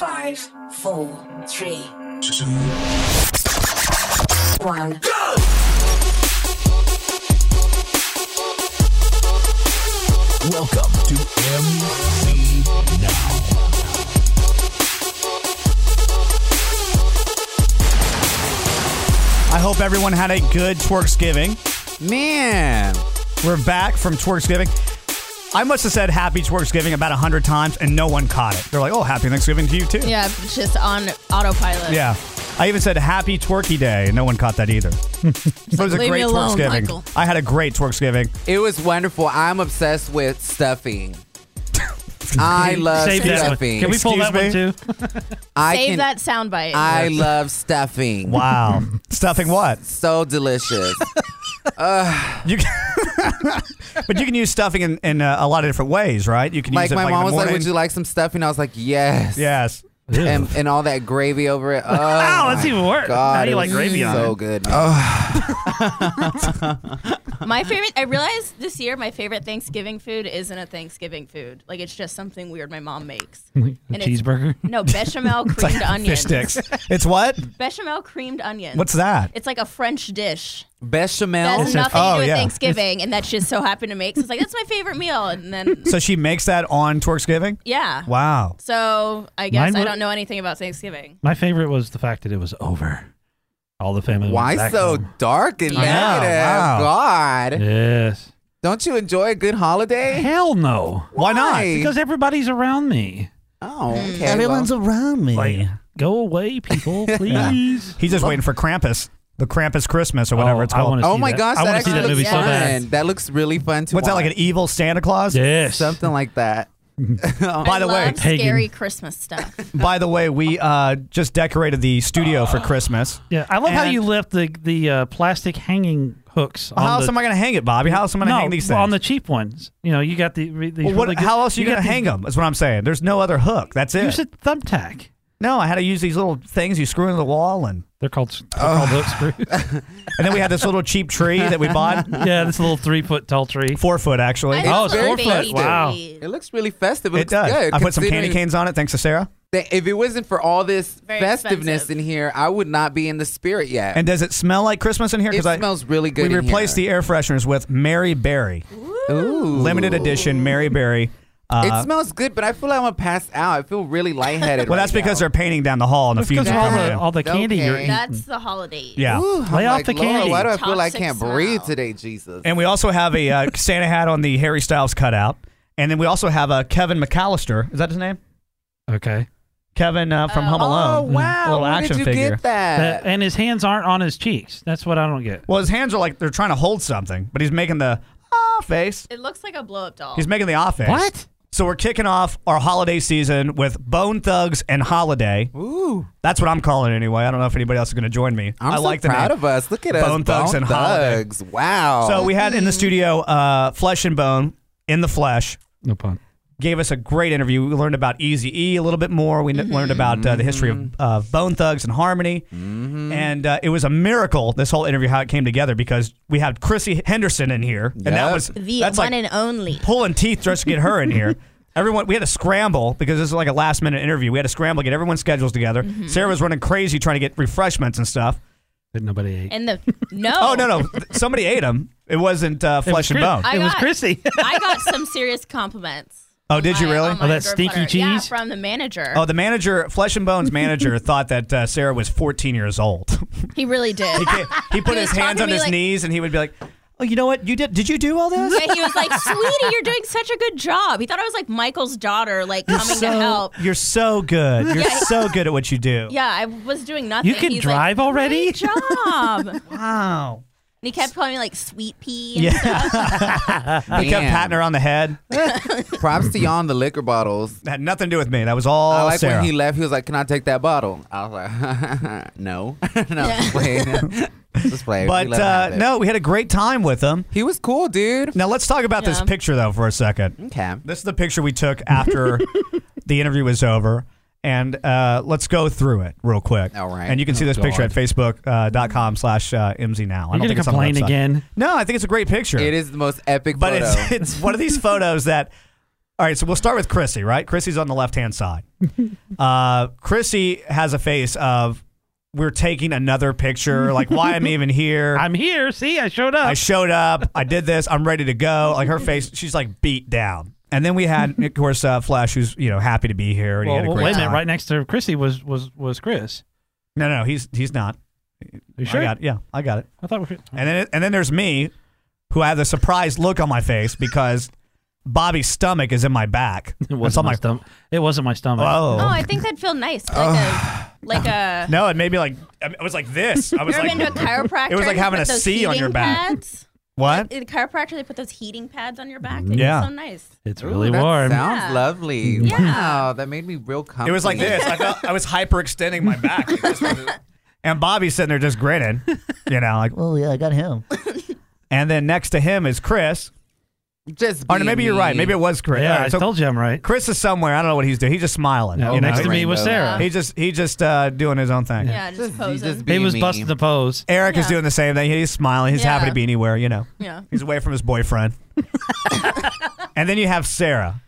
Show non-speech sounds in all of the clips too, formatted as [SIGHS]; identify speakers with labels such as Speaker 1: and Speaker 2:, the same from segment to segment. Speaker 1: Five, four, three, one.
Speaker 2: Welcome to MC Now.
Speaker 3: I hope everyone had a good Twerksgiving.
Speaker 4: Man,
Speaker 3: We're back from Twerksgiving. I must have said happy Twerksgiving about 100 times and no one caught it. They're like, oh, happy Thanksgiving to you too.
Speaker 5: Yeah, it's just on autopilot.
Speaker 3: Yeah. I even said happy Twerky Day and no one caught that either. it was a
Speaker 5: leave
Speaker 3: great
Speaker 5: me alone,
Speaker 3: Twerksgiving.
Speaker 5: Michael.
Speaker 3: I had a great Twerksgiving.
Speaker 4: it was wonderful. I'm obsessed with stuffing.
Speaker 6: [LAUGHS]
Speaker 4: I love
Speaker 6: Save that one.
Speaker 4: stuffing.
Speaker 6: Can we pull
Speaker 3: Excuse
Speaker 6: that one
Speaker 3: me?
Speaker 6: too?
Speaker 4: I
Speaker 5: Save
Speaker 4: can-
Speaker 5: that soundbite.
Speaker 4: I love stuffing.
Speaker 3: Wow. Stuffing what?
Speaker 6: [LAUGHS]
Speaker 4: So delicious.
Speaker 3: You can [LAUGHS] But you can use stuffing in, in uh, a lot of different ways, right? You can
Speaker 4: like
Speaker 3: use it
Speaker 4: my
Speaker 3: like
Speaker 4: mom
Speaker 3: in
Speaker 4: was
Speaker 3: the
Speaker 4: like,
Speaker 3: morning.
Speaker 4: "Would you like some stuffing?" I was like, "Yes."
Speaker 3: Yes.
Speaker 6: [LAUGHS]
Speaker 4: And, and all that gravy over it. Oh,
Speaker 6: Ow, that's
Speaker 4: my
Speaker 6: even worse.
Speaker 4: God,
Speaker 6: How do you
Speaker 4: it
Speaker 6: like
Speaker 4: was
Speaker 6: gravy on
Speaker 4: So
Speaker 6: it? Oh.
Speaker 4: good. man.
Speaker 5: my favorite. I realized this year my favorite Thanksgiving food isn't a Thanksgiving food. Like it's just something weird my mom
Speaker 3: [LAUGHS]
Speaker 5: makes.
Speaker 6: A
Speaker 5: it's-
Speaker 6: cheeseburger.
Speaker 5: No bechamel creamed onions.
Speaker 3: Fish sticks. It's what?
Speaker 5: Bechamel creamed onions.
Speaker 3: What's that?
Speaker 5: It's like a French dish. That
Speaker 4: Bechamel.
Speaker 5: has nothing to
Speaker 3: oh,
Speaker 5: do with
Speaker 3: yeah.
Speaker 5: Thanksgiving, and that she
Speaker 3: [LAUGHS]
Speaker 5: just so happened to make. So it's like that's my favorite meal, and then
Speaker 3: So she makes that on Thanksgiving?
Speaker 5: yeah.
Speaker 3: Wow.
Speaker 5: So I guess
Speaker 6: Mine
Speaker 5: I
Speaker 6: wa-
Speaker 5: don't know anything about Thanksgiving.
Speaker 6: [LAUGHS] My favorite was the fact that it was over. All the family. was
Speaker 4: Why
Speaker 6: back
Speaker 4: so
Speaker 6: home.
Speaker 4: dark and
Speaker 3: I know,
Speaker 4: negative?
Speaker 3: wow.
Speaker 4: God,
Speaker 6: Yes.
Speaker 4: don't you enjoy a good holiday?
Speaker 6: Hell no.
Speaker 3: Why not?
Speaker 4: Why?
Speaker 6: Because everybody's around me.
Speaker 4: Oh, okay,
Speaker 2: Everyone's
Speaker 4: well,
Speaker 2: around me.
Speaker 6: Like, go away,
Speaker 3: [LAUGHS]
Speaker 6: people, please.
Speaker 3: He's just waiting for Krampus. The Krampus Christmas or whatever
Speaker 6: Oh,
Speaker 3: it's
Speaker 6: I
Speaker 3: called.
Speaker 6: wanna
Speaker 4: Oh
Speaker 6: see
Speaker 4: my
Speaker 6: that.
Speaker 4: gosh,
Speaker 6: I
Speaker 4: that
Speaker 6: want to see
Speaker 4: actually
Speaker 6: that
Speaker 4: looks
Speaker 6: movie so
Speaker 4: fun.
Speaker 6: bad.
Speaker 4: That looks really fun to
Speaker 3: What's that
Speaker 4: watch.
Speaker 3: like an evil Santa Claus?
Speaker 6: Yes.
Speaker 4: Something like that.
Speaker 3: Oh, By
Speaker 5: I
Speaker 3: the way,
Speaker 5: love
Speaker 6: Pagan.
Speaker 5: scary Christmas stuff.
Speaker 3: by the way, we uh, just decorated the studio for Christmas.
Speaker 6: Yeah, I love how
Speaker 3: And-
Speaker 6: you left the the uh, plastic hanging hooks. On
Speaker 3: how else
Speaker 6: the,
Speaker 3: am I going to hang it, Bobby? How else am I going to
Speaker 6: no,
Speaker 3: hang these
Speaker 6: well,
Speaker 3: things?
Speaker 6: on the cheap ones. You know, you got the. re- These
Speaker 3: Well, what-
Speaker 6: really good-
Speaker 3: how else are you,
Speaker 6: got
Speaker 3: going to
Speaker 6: these-
Speaker 3: hang them? That's what I'm saying. There's no other hook. That's it.
Speaker 6: Use a thumbtack.
Speaker 3: no, I had to use these little things you screw into the wall, and
Speaker 6: They're called they're called
Speaker 3: Oh.
Speaker 6: hook screws.
Speaker 3: [LAUGHS] and then we had this little cheap tree that we bought,
Speaker 6: yeah, this little three foot tall tree.
Speaker 3: four foot actually.
Speaker 5: I
Speaker 3: Oh,
Speaker 5: love
Speaker 6: it's four
Speaker 5: baby
Speaker 6: foot. Wow.
Speaker 5: trees.
Speaker 4: It looks really festive. Oh, It, looks
Speaker 3: it does.
Speaker 4: good.
Speaker 3: I put some candy
Speaker 4: considering
Speaker 3: canes on it, thanks to Sarah.
Speaker 4: that if it wasn't for all this
Speaker 5: Very
Speaker 4: festiveness
Speaker 5: expensive.
Speaker 4: in here, I would not be in the spirit yet.
Speaker 3: And does it smell like Christmas in here?
Speaker 4: it
Speaker 3: I-
Speaker 4: smells really good.
Speaker 3: We replaced the air fresheners with Mary Berry,
Speaker 4: the Ooh.
Speaker 3: limited edition Mary Berry. Uh,
Speaker 4: It smells good, but I feel like I'm gonna pass out. I feel really lightheaded.
Speaker 3: [LAUGHS] Well, that's
Speaker 4: right
Speaker 3: because
Speaker 4: now.
Speaker 3: they're painting down the hall and the
Speaker 6: That's because of
Speaker 3: fumes are
Speaker 6: all
Speaker 3: coming
Speaker 6: the
Speaker 3: in.
Speaker 6: all the candy you're
Speaker 4: Okay.
Speaker 6: eating.
Speaker 5: That's the holiday.
Speaker 3: Yeah.
Speaker 4: Ooh, I'm
Speaker 6: Lay off
Speaker 4: like,
Speaker 6: the
Speaker 4: "Lord,
Speaker 6: candy."
Speaker 4: Why do I feel like
Speaker 5: Toxic
Speaker 4: I can't breathe
Speaker 5: smell.
Speaker 4: today, Jesus?
Speaker 3: And we also have a uh, Santa hat on the Harry Styles cutout, and then we also have a Kevin McAllister. Is that his name?
Speaker 6: Okay.
Speaker 3: Kevin uh, from
Speaker 5: Oh.
Speaker 3: Home Alone.
Speaker 4: oh
Speaker 3: A
Speaker 4: wow!
Speaker 3: little
Speaker 4: Where
Speaker 3: action
Speaker 4: did you
Speaker 3: figure.
Speaker 4: get that?
Speaker 6: That- and his hands aren't on his cheeks. That's what I don't get.
Speaker 3: Well, his hands are like they're trying to hold something, but he's making the ah face.
Speaker 5: It looks like a blow up doll.
Speaker 3: He's making the ah face.
Speaker 4: What?
Speaker 3: So we're kicking off our holiday season with Bone Thugs and Holiday.
Speaker 4: Ooh,
Speaker 3: That's what I'm calling it anyway. I don't know if anybody else is going to join me.
Speaker 4: I'm
Speaker 3: I
Speaker 4: so
Speaker 3: like the
Speaker 4: proud
Speaker 3: name.
Speaker 4: of us. Look at us,
Speaker 3: Bone Thugs and Holiday.
Speaker 4: Thugs. Wow.
Speaker 3: So we had in the studio uh, Flesh and Bone in the flesh.
Speaker 6: No pun.
Speaker 3: gave us a great interview. We learned about Easy E a little bit more. We kn-
Speaker 4: Mm-hmm.
Speaker 3: learned about uh, the history of uh, Bone Thugs and Harmony,
Speaker 4: Mm-hmm.
Speaker 3: and uh, it was a miracle this whole interview how it came together because we had Chrissy Henderson in here, and that
Speaker 4: Yep.
Speaker 3: was
Speaker 5: the
Speaker 3: that's
Speaker 5: one
Speaker 3: like
Speaker 5: and only.
Speaker 3: pulling teeth just to get her
Speaker 5: [LAUGHS]
Speaker 3: in here. Everyone, we had to scramble because this is like a last minute interview. We had to scramble, get everyone's schedules together.
Speaker 5: Mm-hmm.
Speaker 3: Sarah was running crazy trying to get refreshments and stuff.
Speaker 6: That nobody ate.
Speaker 5: And the [LAUGHS] no.
Speaker 3: [LAUGHS] Oh, no, no. Somebody ate them. It wasn't uh,
Speaker 6: It was
Speaker 3: flesh and
Speaker 6: Chris-
Speaker 3: bone.
Speaker 5: I
Speaker 6: It was
Speaker 5: got-
Speaker 6: Chrissy.
Speaker 5: I got some serious compliments.
Speaker 3: Oh, did you
Speaker 5: My- um,
Speaker 3: really?
Speaker 5: on my
Speaker 6: Oh, that
Speaker 5: door
Speaker 6: stinky
Speaker 5: platter. Yeah,
Speaker 6: cheese?
Speaker 5: from the manager.
Speaker 3: Oh, the manager, Flesh and
Speaker 5: [LAUGHS]
Speaker 3: Bones manager, thought that uh, Sarah was 14 years old. [LAUGHS]
Speaker 5: he really did.
Speaker 3: He, can't- he put
Speaker 5: He
Speaker 3: his
Speaker 5: was
Speaker 3: hands
Speaker 5: talking to
Speaker 3: on
Speaker 5: me
Speaker 3: his
Speaker 5: like-
Speaker 3: knees and he would be like, "Oh, you know what? You did? Did you do all this?
Speaker 5: And he was like, "Sweetie, you're doing such a good job." He thought I was like Michael's daughter, like coming to help.
Speaker 3: You're so good. You're
Speaker 5: Yeah.
Speaker 3: so good at what you do.
Speaker 5: Yeah, I was doing nothing.
Speaker 6: You can
Speaker 5: He's
Speaker 6: drive
Speaker 5: like,
Speaker 6: already?
Speaker 5: Great job. and
Speaker 3: [LAUGHS] Wow.
Speaker 5: he kept calling me like sweet pea. And
Speaker 3: Yeah. he kept
Speaker 4: Man.
Speaker 3: patting her on the head.
Speaker 4: Props to you on the liquor bottles.
Speaker 3: That had nothing to do with me. That was all
Speaker 4: I like
Speaker 3: Oh, Sarah.
Speaker 4: when he left. He was like, "Can I take that bottle?" I was like, [LAUGHS] "No, no, just play,
Speaker 3: [LAUGHS]
Speaker 4: just play."
Speaker 3: but uh, no, we had a great time with him.
Speaker 4: he was cool, dude.
Speaker 3: Now let's talk about this
Speaker 5: Yeah.
Speaker 3: picture though for a second.
Speaker 4: Okay,
Speaker 3: This is the picture we took after the interview was over. And uh, let's go through it real quick.
Speaker 4: All right. Oh,
Speaker 3: And you can see this picture at
Speaker 6: God.
Speaker 3: facebook.com slash uh, MZ now.
Speaker 6: You're
Speaker 3: I don't
Speaker 6: gonna
Speaker 3: think it's on the
Speaker 6: complain
Speaker 3: website.
Speaker 6: again.
Speaker 3: No, I think it's a great picture.
Speaker 4: it is the most epic
Speaker 3: [LAUGHS] but
Speaker 4: photo.
Speaker 3: it's it's one of these photos that All right, so we'll start with Chrissy, right? Chrissy's on the left
Speaker 6: [LAUGHS]
Speaker 3: hand side. uh, Chrissy has a face of, we're taking another picture. Like, why am I even here?
Speaker 6: I'm here. See, I showed up.
Speaker 3: I showed up. I did this. I'm ready to go. Like her face, she's like beat down. And then we had, of course, uh, Flash, who's you know happy to be here. And he
Speaker 6: well,
Speaker 3: had a
Speaker 6: well,
Speaker 3: great
Speaker 6: wait a minute.
Speaker 3: time.
Speaker 6: Right next to Chrissy was was was Chris.
Speaker 3: No, no, he's he's not.
Speaker 6: You sure?
Speaker 3: I got it. Yeah, I got it.
Speaker 6: I thought we.
Speaker 3: And then and then there's me, who had the surprised look on my face because Bobby's stomach is in my back.
Speaker 6: [LAUGHS] It
Speaker 3: It's on
Speaker 6: wasn't my stomach. It wasn't my stomach.
Speaker 3: Oh.
Speaker 5: Oh, I think that'd feel nice. Like
Speaker 3: [SIGHS]
Speaker 5: a like a
Speaker 3: no, it made me like I was like this. I
Speaker 5: you
Speaker 3: was
Speaker 5: ever
Speaker 3: like
Speaker 5: been to a chiropractor?
Speaker 3: [LAUGHS] It was
Speaker 5: and
Speaker 3: like
Speaker 5: they
Speaker 3: having
Speaker 5: put
Speaker 3: a
Speaker 5: those
Speaker 3: C on your
Speaker 5: heating
Speaker 3: back.
Speaker 5: Pads?
Speaker 3: What?
Speaker 5: In the chiropractor, they put those heating pads on your back. It's
Speaker 3: Yeah.
Speaker 5: so nice.
Speaker 6: it's
Speaker 4: Ooh,
Speaker 6: really
Speaker 4: that
Speaker 6: warm.
Speaker 4: Sounds
Speaker 5: Yeah.
Speaker 4: lovely.
Speaker 5: Yeah.
Speaker 4: Wow, that made me real comfy.
Speaker 3: Mm-hmm. It was like this. I felt I was hyperextending my
Speaker 5: [LAUGHS]
Speaker 3: back. Like this. and Bobby's sitting there just grinning, you know, like, oh yeah, I
Speaker 5: [LAUGHS]
Speaker 3: got him. and then next to him is Chris.
Speaker 4: [LAUGHS] Just
Speaker 3: Or
Speaker 4: being
Speaker 3: maybe you're right.
Speaker 4: me.
Speaker 3: Maybe it was Chris. All
Speaker 6: yeah,
Speaker 3: right,
Speaker 6: I
Speaker 3: so Oh,
Speaker 6: told you I'm right.
Speaker 3: Chris is somewhere. I don't know what he's doing. He's just smiling.
Speaker 6: No,
Speaker 3: you know?
Speaker 6: next to me was
Speaker 4: Rainbow.
Speaker 6: Sarah.
Speaker 3: He just he just uh, doing his own thing.
Speaker 5: Yeah, just,
Speaker 4: Just, you
Speaker 5: posing.
Speaker 4: just
Speaker 6: He
Speaker 4: be
Speaker 6: was
Speaker 4: me.
Speaker 6: busting the pose.
Speaker 3: Eric is
Speaker 5: Yeah.
Speaker 3: doing the same thing. He's smiling. He's happy
Speaker 5: Yeah.
Speaker 3: to be anywhere. You know,
Speaker 5: yeah.
Speaker 3: he's away from his
Speaker 5: [LAUGHS]
Speaker 3: boyfriend. and then you have Sarah.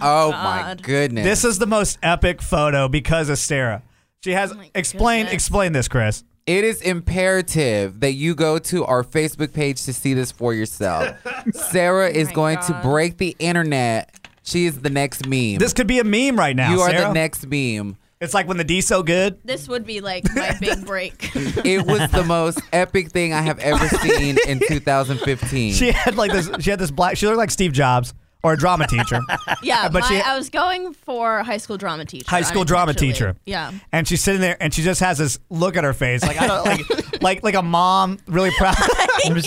Speaker 4: Oh my
Speaker 5: God.
Speaker 4: goodness.
Speaker 3: This is the most epic photo because of Sarah. She has
Speaker 5: Oh my
Speaker 3: explain
Speaker 5: goodness.
Speaker 3: explain this, Chris.
Speaker 4: It is imperative that you go to our Facebook page to see this for
Speaker 3: [LAUGHS]
Speaker 4: yourself. Sarah is
Speaker 5: Oh my
Speaker 4: going to
Speaker 5: God.
Speaker 4: break the internet. She is the next meme.
Speaker 3: This could be a meme right now.
Speaker 4: you are
Speaker 3: Sarah.
Speaker 4: the next meme.
Speaker 3: It's like when the D so good.
Speaker 5: This would be like
Speaker 7: [LAUGHS]
Speaker 5: my big break.
Speaker 4: It was the
Speaker 3: [LAUGHS]
Speaker 4: most epic thing I have ever seen in 2015.
Speaker 3: She had like this. She had this black. She looked like Steve Jobs or a drama
Speaker 5: [LAUGHS]
Speaker 3: teacher.
Speaker 5: yeah,
Speaker 3: But
Speaker 5: my,
Speaker 3: she-
Speaker 5: I was going for high school drama teacher.
Speaker 3: High school drama
Speaker 5: unintentionally.
Speaker 3: teacher.
Speaker 5: [LAUGHS]
Speaker 3: [LAUGHS]
Speaker 5: Yeah.
Speaker 3: And she's sitting there, and she just has this look at her face, like I
Speaker 5: [LAUGHS]
Speaker 3: don't like like like a mom really proud.
Speaker 6: It was-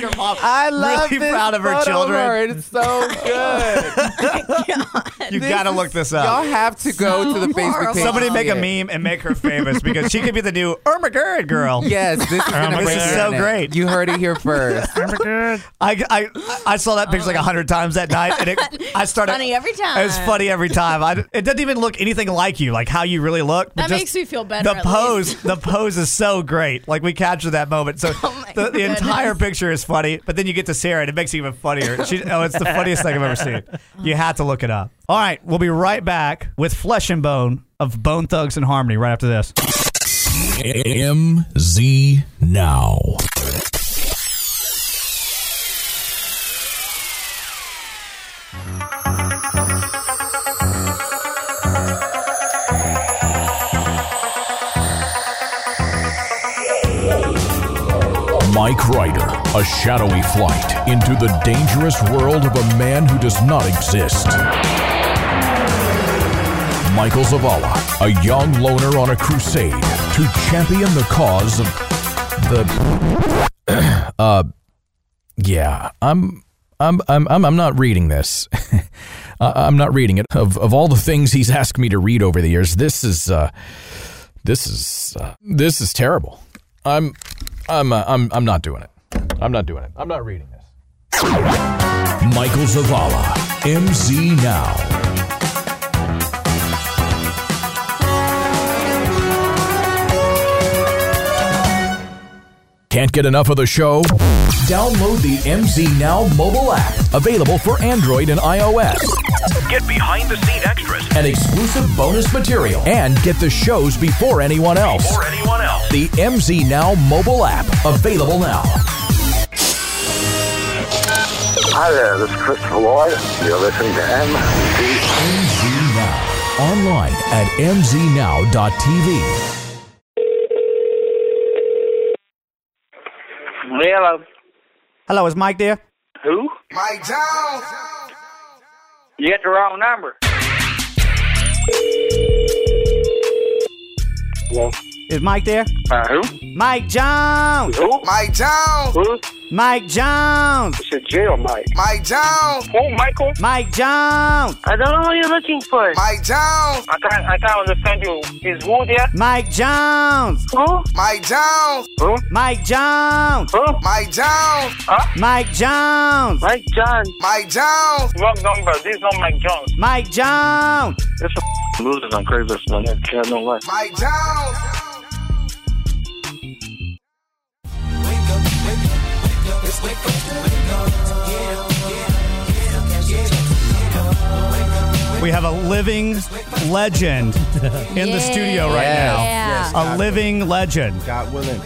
Speaker 3: Your mom
Speaker 4: I love
Speaker 3: really
Speaker 4: this
Speaker 3: proud of her
Speaker 4: photo
Speaker 3: children.
Speaker 4: her. It's so good.
Speaker 3: You gotta
Speaker 4: is-
Speaker 3: look
Speaker 4: [LAUGHS]
Speaker 3: this
Speaker 4: Y'all
Speaker 3: up.
Speaker 4: have to go to the Facebook
Speaker 5: horrible.
Speaker 4: page.
Speaker 3: Somebody
Speaker 4: to
Speaker 3: make
Speaker 4: see
Speaker 3: a
Speaker 4: it.
Speaker 3: meme and make her famous because she could be the new Irma
Speaker 5: [LAUGHS]
Speaker 3: Gerd girl.
Speaker 4: Yes, this
Speaker 3: [LAUGHS]
Speaker 4: is, gonna
Speaker 3: This
Speaker 4: break
Speaker 3: is
Speaker 4: the
Speaker 3: so
Speaker 4: internet.
Speaker 3: great.
Speaker 4: You heard it here first.
Speaker 8: [LAUGHS]
Speaker 3: I, I, I saw that picture like a hundred times that night, and it,
Speaker 5: [LAUGHS]
Speaker 3: I started
Speaker 5: Oh. Funny every time.
Speaker 3: It was funny every time. I, it doesn't even look anything like you, like how you really look. but
Speaker 5: That
Speaker 3: just
Speaker 5: makes me feel better.
Speaker 3: the
Speaker 5: at
Speaker 3: pose,
Speaker 5: least.
Speaker 3: the pose is so great. Like we captured that moment. So
Speaker 5: [LAUGHS] Oh my
Speaker 3: the, the
Speaker 5: goodness.
Speaker 3: entire picture is funny, but then you get to Sarah, and it makes it even funnier. She, oh, it's the funniest thing I've ever seen. You have to look it up. All right, we'll be right back with Flesh and Bone of Bone Thugs and Harmony right after this.
Speaker 2: MZ Now. Mike Ryder, a shadowy flight into the dangerous world of a man who does not exist. Michael Zavala, a young loner on a crusade to champion the cause of the. [CLEARS THROAT] uh, yeah, I'm, I'm, I'm, I'm, I'm not reading this. [LAUGHS] I- I'm not reading it. Of of all the things he's asked me to read over the years, this is, uh, this is, uh, this is terrible. I'm, I'm, uh, I'm, I'm not doing it. I'm not doing it. I'm not reading this. Michael Zavala, MZ Now. Can't get enough of the show? Download the MZ Now mobile app, available for Android and iOS.
Speaker 9: Get behind the scene extras
Speaker 2: An exclusive bonus material and get the shows before anyone else.
Speaker 9: or anyone else.
Speaker 2: The MZ Now mobile app, available now.
Speaker 10: Hi there, this is Christopher Lloyd. You're listening to MZ.
Speaker 2: MZ Now. Online at mznow.tv.
Speaker 8: Hello.
Speaker 3: Hello, is Mike there?
Speaker 8: uh, Who? Mike Jones. You got the wrong number.
Speaker 3: Is Mike there?
Speaker 8: Uh, who?
Speaker 3: Mike Jones.
Speaker 8: Who? Mike Jones. Who?
Speaker 3: Mike Jones.
Speaker 8: It's a jail, Mike. Mike Jones. Who, Michael?
Speaker 3: Mike Jones.
Speaker 8: I don't know who you're looking for. Mike Jones. I can't, I can't understand you. Is who there?
Speaker 3: Mike Jones.
Speaker 8: Who? Mike Jones. Who?
Speaker 3: Mike Jones.
Speaker 8: Who? Mike Jones. Huh?
Speaker 3: Mike Jones.
Speaker 8: Mike Jones. Mike Jones. Wrong number. This is not Mike Jones.
Speaker 3: Mike Jones.
Speaker 8: It's a loser on Craigslist, man. I don't know why. Mike Jones.
Speaker 3: We have a living legend in the studio right
Speaker 5: Yeah.
Speaker 3: now. A living legend.
Speaker 11: God willing.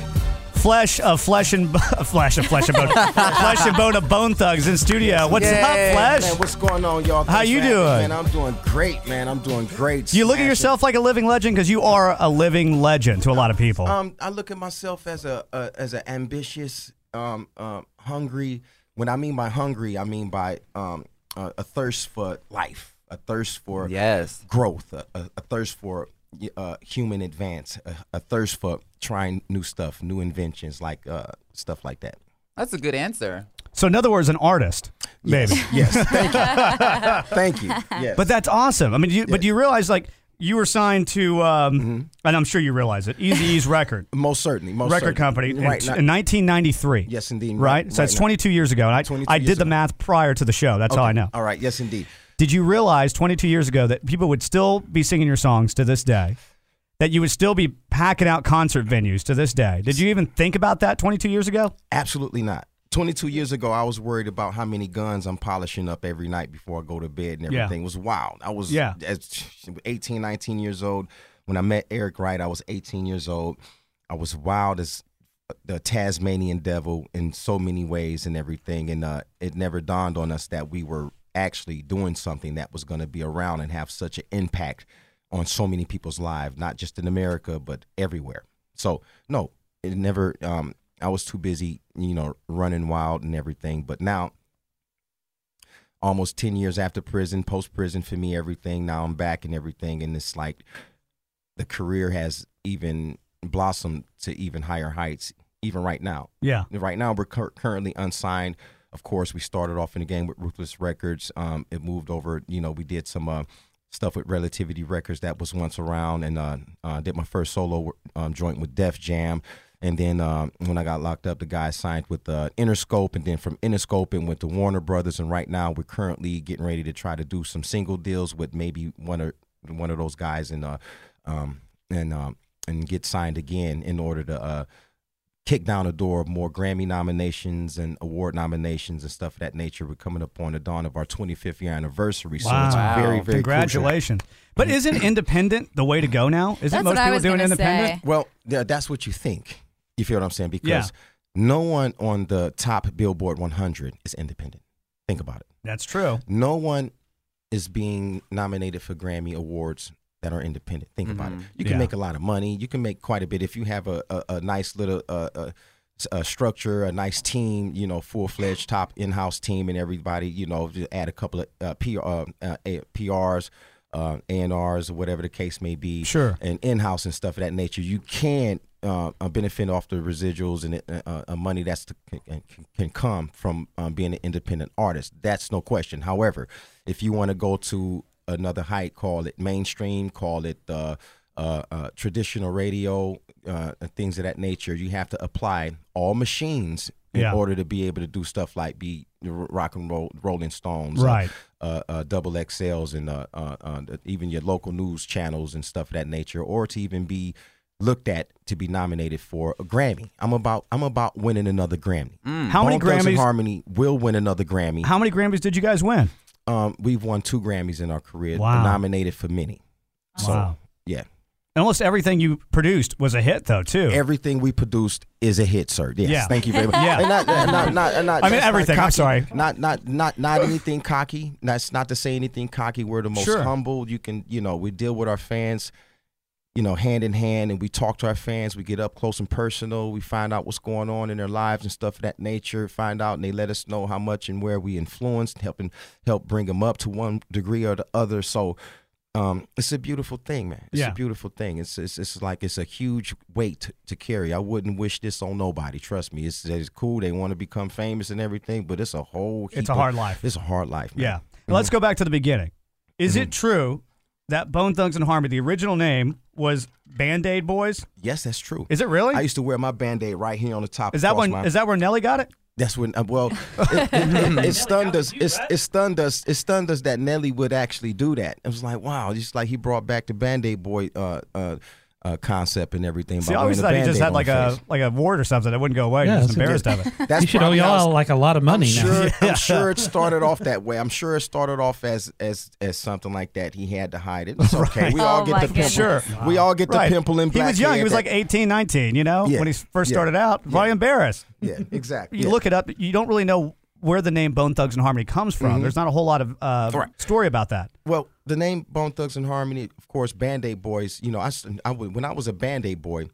Speaker 3: Flesh of flesh and b- [LAUGHS] flesh of flesh and bone. flesh and bone of bone thugs in studio. What's
Speaker 11: Yay.
Speaker 3: up,
Speaker 11: Man,
Speaker 3: Flesh?
Speaker 11: what's going on, y'all?
Speaker 3: How
Speaker 11: Thanks
Speaker 3: you
Speaker 11: for having me,
Speaker 3: doing?
Speaker 11: Man, I'm doing great, man. I'm doing great.
Speaker 3: Do you look at
Speaker 11: Smashing.
Speaker 3: yourself like a living legend? Because you are a living legend to a lot of people.
Speaker 11: Um, I look at myself as a, a as an ambitious, um, um, hungry. When I mean by hungry, I mean by um, a, a thirst for life, a thirst for
Speaker 4: Yes.
Speaker 11: growth, a, a, a thirst for y- uh, human advance, a, a thirst for trying new stuff, new inventions, like uh, stuff like that.
Speaker 4: That's a good answer.
Speaker 3: so, in other words, an artist, maybe.
Speaker 11: Yes, thank you, thank you. Yes.
Speaker 3: [LAUGHS] But that's awesome. I mean, do you, but do you realize like you were signed to, um,
Speaker 11: Mm-hmm.
Speaker 3: and I'm sure you realize it, Easy
Speaker 11: [LAUGHS]
Speaker 3: E's record
Speaker 11: most certainly, most
Speaker 3: record
Speaker 11: certainly.
Speaker 3: company in,
Speaker 11: Oh, Right.
Speaker 3: t-
Speaker 11: now-
Speaker 3: in 1993.
Speaker 11: Yes, indeed.
Speaker 3: Right. So it's
Speaker 11: now.
Speaker 3: 22 years ago, and I
Speaker 11: 22
Speaker 3: I did
Speaker 11: years
Speaker 3: the
Speaker 11: ago.
Speaker 3: math prior to the show. That's how I know.
Speaker 11: All right. Yes, indeed.
Speaker 3: Did you realize 22 years ago that people would still be singing your songs to this day? That you would still be packing out concert venues to this day? Did you even think about that 22 years ago?
Speaker 11: Absolutely not. 22 years ago, I was worried about how many guns I'm polishing up every night before I go to bed and
Speaker 3: Yeah.
Speaker 11: everything. It was wild. I was
Speaker 3: Yeah.
Speaker 11: as 18, 19 years old. When I met Eric Wright, I was 18 years old. I was wild as the Tasmanian devil in so many ways and everything. And uh, it never dawned on us that we were actually doing something that was going to be around and have such an impact on so many people's lives, not just in America, but everywhere. So, no, it never, um, I was too busy, you know, running wild and everything. But now, almost 10 years after prison, post prison for me, everything, now I'm back and everything. And it's like, the career has even blossomed to even higher heights, even right now.
Speaker 3: Yeah.
Speaker 11: Right now, we're cur- currently unsigned. Of course, we started off in the game with Ruthless Records. Um, it moved over, you know, we did some uh, stuff with Relativity Records that was once around, and uh, uh, did my first solo um, joint with Def Jam. And then um, when I got locked up, the guy signed with uh, Interscope, and then from Interscope and went to Warner Brothers. And right now, we're currently getting ready to try to do some single deals with maybe one or one of those guys and uh um and um and get signed again in order to uh kick down the door of more Grammy nominations and award nominations and stuff of that nature. We're coming up on the dawn of our 25th year anniversary, so it's
Speaker 3: Wow.
Speaker 11: very very crucial.
Speaker 3: Congratulations. But isn't independent the way to go now? Isn't
Speaker 5: That's
Speaker 3: most
Speaker 5: what I
Speaker 3: people
Speaker 5: was
Speaker 3: doing
Speaker 5: gonna
Speaker 3: independent?
Speaker 5: say.
Speaker 11: Well, yeah, that's what you think. You feel what I'm saying? Because
Speaker 3: Yeah.
Speaker 11: no one on the top Billboard 100 is independent. Think about it.
Speaker 3: That's true.
Speaker 11: No one is being nominated for Grammy awards that are independent. Think about it. You can
Speaker 3: Mm-hmm. Yeah.
Speaker 11: make a lot of money. You can make quite a bit if you have a a, a nice little uh, uh, s- uh, structure, a nice team. You know, full fledged top in house team, and everybody. You know, just add a couple of uh, PR, uh, uh, A- PRs. Uh, ANRs or whatever the case may be,
Speaker 3: Sure.
Speaker 11: and in-house and stuff of that nature. You can uh, uh, benefit off the residuals and uh, uh, uh, money that's to, can, can come from um, being an independent artist. That's no question. However, if you want to go to another height, call it mainstream, call it uh, uh, uh, traditional radio, uh, and things of that nature. You have to apply all machines in
Speaker 3: Yeah.
Speaker 11: order to be able to do stuff like be rock and roll, Rolling Stones, uh,
Speaker 3: Right.
Speaker 11: uh, uh, double XLs and uh, uh, uh, even your local news channels and stuff of that nature, or to even be looked at to be nominated for a Grammy. I'm about I'm about winning another Grammy.
Speaker 4: Mm.
Speaker 3: How many
Speaker 11: Bone Thugs Hmm. and
Speaker 3: Grammys?
Speaker 11: Harmony will win another Grammy.
Speaker 3: How many Grammys did you guys win?
Speaker 11: um, we've won two Grammys in our career,
Speaker 3: Wow.
Speaker 11: nominated for many. So
Speaker 3: Wow.
Speaker 11: yeah,
Speaker 3: And Almost everything you produced was a hit, though, too.
Speaker 11: everything we produced is a hit, sir. Yes,
Speaker 3: Yeah.
Speaker 11: thank you very much.
Speaker 3: [LAUGHS] Yeah.
Speaker 11: And not, and not, not, and not,
Speaker 3: I mean,
Speaker 11: that's not
Speaker 3: everything. I'm
Speaker 11: cocky.
Speaker 3: sorry.
Speaker 11: Not, not, not, not anything cocky. That's not to say anything cocky. We're the most
Speaker 3: Sure.
Speaker 11: humble. You can, you know, we deal with our fans, you know, hand in hand, and we talk to our fans. We get up close and personal. We find out what's going on in their lives and stuff of that nature. Find out, and they let us know how much and where we influenced, helping help bring them up to one degree or the other. So. Um, it's a beautiful thing, man. It's
Speaker 3: Yeah.
Speaker 11: a beautiful thing. It's, it's it's like it's a huge weight to carry. I wouldn't wish this on nobody. Trust me. It's it's cool. They want to become famous and everything, but it's a whole.
Speaker 3: It's
Speaker 11: heap
Speaker 3: a
Speaker 11: of-
Speaker 3: hard life.
Speaker 11: It's a hard life. Man. Mm-hmm.
Speaker 3: Yeah. Let's go back to the beginning. Is it true that Bone Thugs and Harmony, the original name was Band Aid Boys?
Speaker 11: Yes, that's true.
Speaker 3: Is it really?
Speaker 11: I used to wear my band aid right here on the top.
Speaker 3: is that
Speaker 11: across
Speaker 3: when?
Speaker 11: My,
Speaker 3: Is that where Nelly got it?
Speaker 11: that's when. Uh,
Speaker 3: [LAUGHS]
Speaker 11: well, it, it, it, it stunned us. It, it stunned us. It stunned us that Nelly would actually do that. It was like wow. Just like he brought back the band aid boy. Uh, uh, uh, concept and everything.
Speaker 3: See,
Speaker 11: by
Speaker 3: I always
Speaker 11: wearing
Speaker 3: thought
Speaker 11: a
Speaker 3: he just
Speaker 11: Band-Aid
Speaker 3: had
Speaker 11: on
Speaker 3: like
Speaker 11: the
Speaker 3: a
Speaker 11: face.
Speaker 3: like a wart or something that wouldn't go away.
Speaker 6: Yeah,
Speaker 3: You're just
Speaker 6: that's
Speaker 3: embarrassed
Speaker 6: what
Speaker 11: [LAUGHS]
Speaker 3: of it. [LAUGHS]
Speaker 11: That's
Speaker 6: you should owe
Speaker 11: probably how
Speaker 6: y'all like a lot of
Speaker 11: I'm
Speaker 6: money now.
Speaker 11: sure,
Speaker 6: [LAUGHS]
Speaker 11: I'm sure it started off that way. I'm sure it started off as as as something like that. He had to hide
Speaker 3: [LAUGHS]
Speaker 11: it. It's okay. We all
Speaker 5: Oh
Speaker 11: get
Speaker 5: my
Speaker 11: the pimple.
Speaker 5: goodness.
Speaker 11: We all get the
Speaker 3: Right.
Speaker 11: pimple and
Speaker 3: He
Speaker 11: black.
Speaker 3: was young.
Speaker 11: hair
Speaker 3: He was
Speaker 11: that-
Speaker 3: like 18, 19, you know,
Speaker 11: Yeah.
Speaker 3: when he first
Speaker 11: Yeah.
Speaker 3: started out. Probably embarrassed.
Speaker 11: yeah, exactly.
Speaker 3: You
Speaker 11: yeah.
Speaker 3: look it up, you don't really know where the name Bone Thugs and Harmony comes from. There's not a whole lot of uh,
Speaker 11: Mm-hmm. Correct.
Speaker 3: story about that.
Speaker 11: Well, the name Bone Thugs and Harmony, of course, Band Aid Boys. You know, I, s- I w- when I was a Band Aid boy,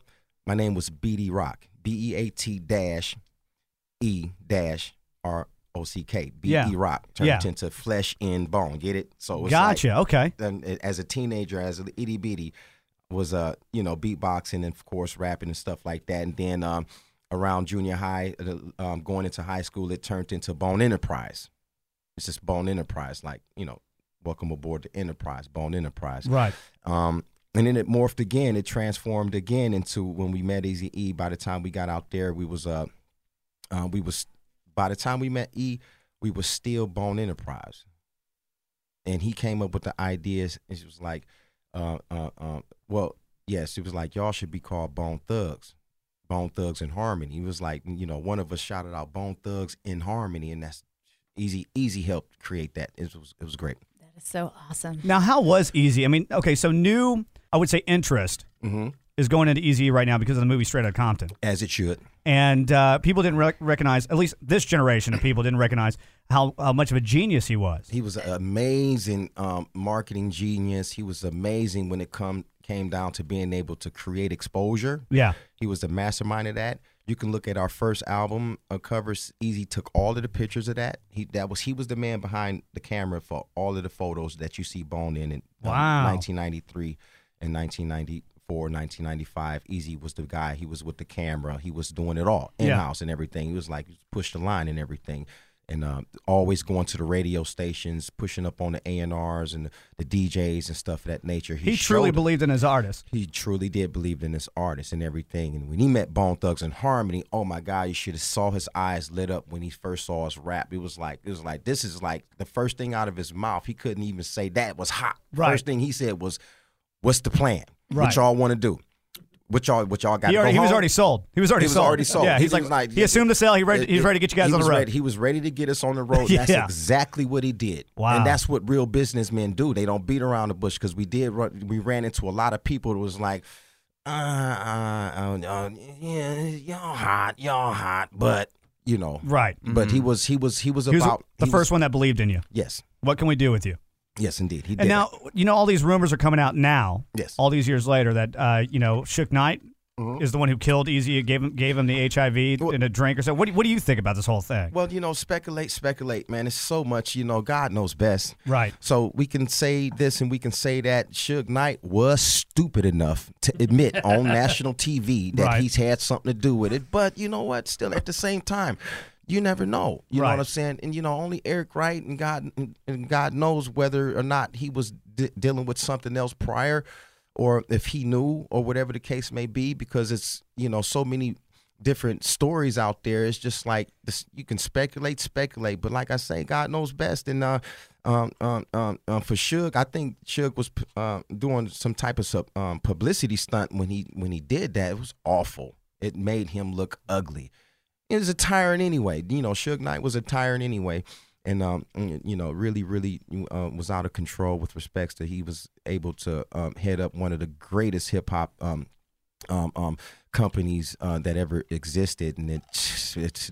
Speaker 11: my name was BD Rock. B E A T dash E dash R O C K. B
Speaker 3: Yeah.
Speaker 11: E Rock turned
Speaker 3: Yeah.
Speaker 11: into flesh in bone. Get it? So it's like-
Speaker 3: Gotcha. okay.
Speaker 11: then a- as a teenager, as an itty bitty, was uh, you know beatboxing and of course rapping and stuff like that. And then um, around junior high, uh, um, going into high school, it turned into Bone Enterprise. It's just Bone Enterprise, like you know, welcome aboard the Enterprise, Bone Enterprise.
Speaker 3: Right.
Speaker 11: Um, and then it morphed again. It transformed again into when we met Easy E. By the time we got out there, we was uh, uh we was by the time we met E, we was still Bone Enterprise. And he came up with the ideas, and she was like, uh, uh, uh, well, yes, it was like y'all should be called Bone Thugs, Bone Thugs in Harmony. He was like, you know, one of us shouted out Bone Thugs in Harmony, and that's easy. Easy helped create that. It was it was great.
Speaker 5: That is so awesome.
Speaker 3: Now, how was Easy? I mean, okay, so new, I would say interest
Speaker 11: hmm
Speaker 3: is going into Easy right now because of the movie Straight Outta Compton.
Speaker 11: As it should.
Speaker 3: and uh, people didn't rec- recognize at least this generation of people didn't recognize how, how much of a genius he was
Speaker 11: He was an amazing um, marketing genius. He was amazing when it come came down to being able to create exposure.
Speaker 3: yeah
Speaker 11: He was the mastermind of that. You can look at our first album uh, covers. Easy took all of the pictures of that. He that was he was the man behind the camera for all of the photos that you see Bone in. in um,
Speaker 3: Wow.
Speaker 11: 1993 and 1994, 1995. Easy was the guy. He was with the camera. He was doing it all
Speaker 3: Yeah.
Speaker 11: in house and everything. He was like push the line and everything. And uh, always going to the radio stations, pushing up on the A and R's and the DJs and stuff of that nature.
Speaker 3: he, truly
Speaker 11: showed-
Speaker 3: believed in his artist
Speaker 11: he truly did believe in this artist and everything. And when he met Bone Thugs and Harmony, oh my God, you should have saw his eyes lit up when he first saw us rap. It was like it was like this is like the first thing out of his mouth. He couldn't even say that was hot.
Speaker 3: Right.
Speaker 11: First thing he said was, "What's the plan?
Speaker 3: Right.
Speaker 11: What y'all want to do? What y'all what y'all got?
Speaker 3: he,
Speaker 11: go
Speaker 3: already, he was
Speaker 11: home?"
Speaker 3: already sold he was already
Speaker 11: He was
Speaker 3: sold
Speaker 11: already sold.
Speaker 3: yeah
Speaker 11: He
Speaker 3: he's like,
Speaker 11: was like-
Speaker 3: he assumed the sale he ready, he's ready to get you guys
Speaker 11: He
Speaker 3: on the
Speaker 11: was
Speaker 3: road
Speaker 11: ready- he was ready to get us on the
Speaker 3: [LAUGHS]
Speaker 11: road. That's
Speaker 3: Yeah.
Speaker 11: exactly what he did.
Speaker 3: Wow.
Speaker 11: And that's what real businessmen do. They don't beat around the bush because we did. Run, we ran into a lot of people that was like, uh, uh, uh, uh, yeah, y'all hot, y'all hot, but you know,
Speaker 3: right
Speaker 11: But he was, he was, he was
Speaker 3: Mm-hmm. he was
Speaker 11: about
Speaker 3: the
Speaker 11: he
Speaker 3: first
Speaker 11: was-
Speaker 3: one that believed in you
Speaker 11: Yes,
Speaker 3: what can we do with you
Speaker 11: yes, indeed. He did.
Speaker 3: and now you know all these rumors are coming out now
Speaker 11: Yes. Mm-hmm.
Speaker 3: all these years later that uh, you know shook knight is the one who killed easy gave him gave him the hiv
Speaker 11: Well-
Speaker 3: and a drink or so what do, what do you think about this whole thing
Speaker 11: well, you know, speculate, speculate, man. It's so much. You know, God knows best.
Speaker 3: right
Speaker 11: So we can say this and we can say that Suge Knight was stupid enough to admit
Speaker 3: [LAUGHS]
Speaker 11: on national TV that
Speaker 3: Right.
Speaker 11: he's had something to do with it. But you know what? Still, at the same time, you never know. You know
Speaker 3: Right.
Speaker 11: what I'm saying? And you know, only Eric Wright and God and God knows whether or not he was d- dealing with something else prior, or if he knew, or whatever the case may be. Because it's you know so many different stories out there. It's just like this, you can speculate, speculate, but like I say, God knows best. And uh, um, um, um, um, for Suge, I think Suge was p- uh, doing some type of sub, um, publicity stunt when he when he did that. It was awful. It made him look ugly. It was a tyrant anyway. You know, Suge Knight was a tyrant anyway. And um, mm, you know, really, really uh, was out of control with respects that he was able to um, head up one of the greatest hip hop um, um, um, companies uh, that ever existed, and it, it,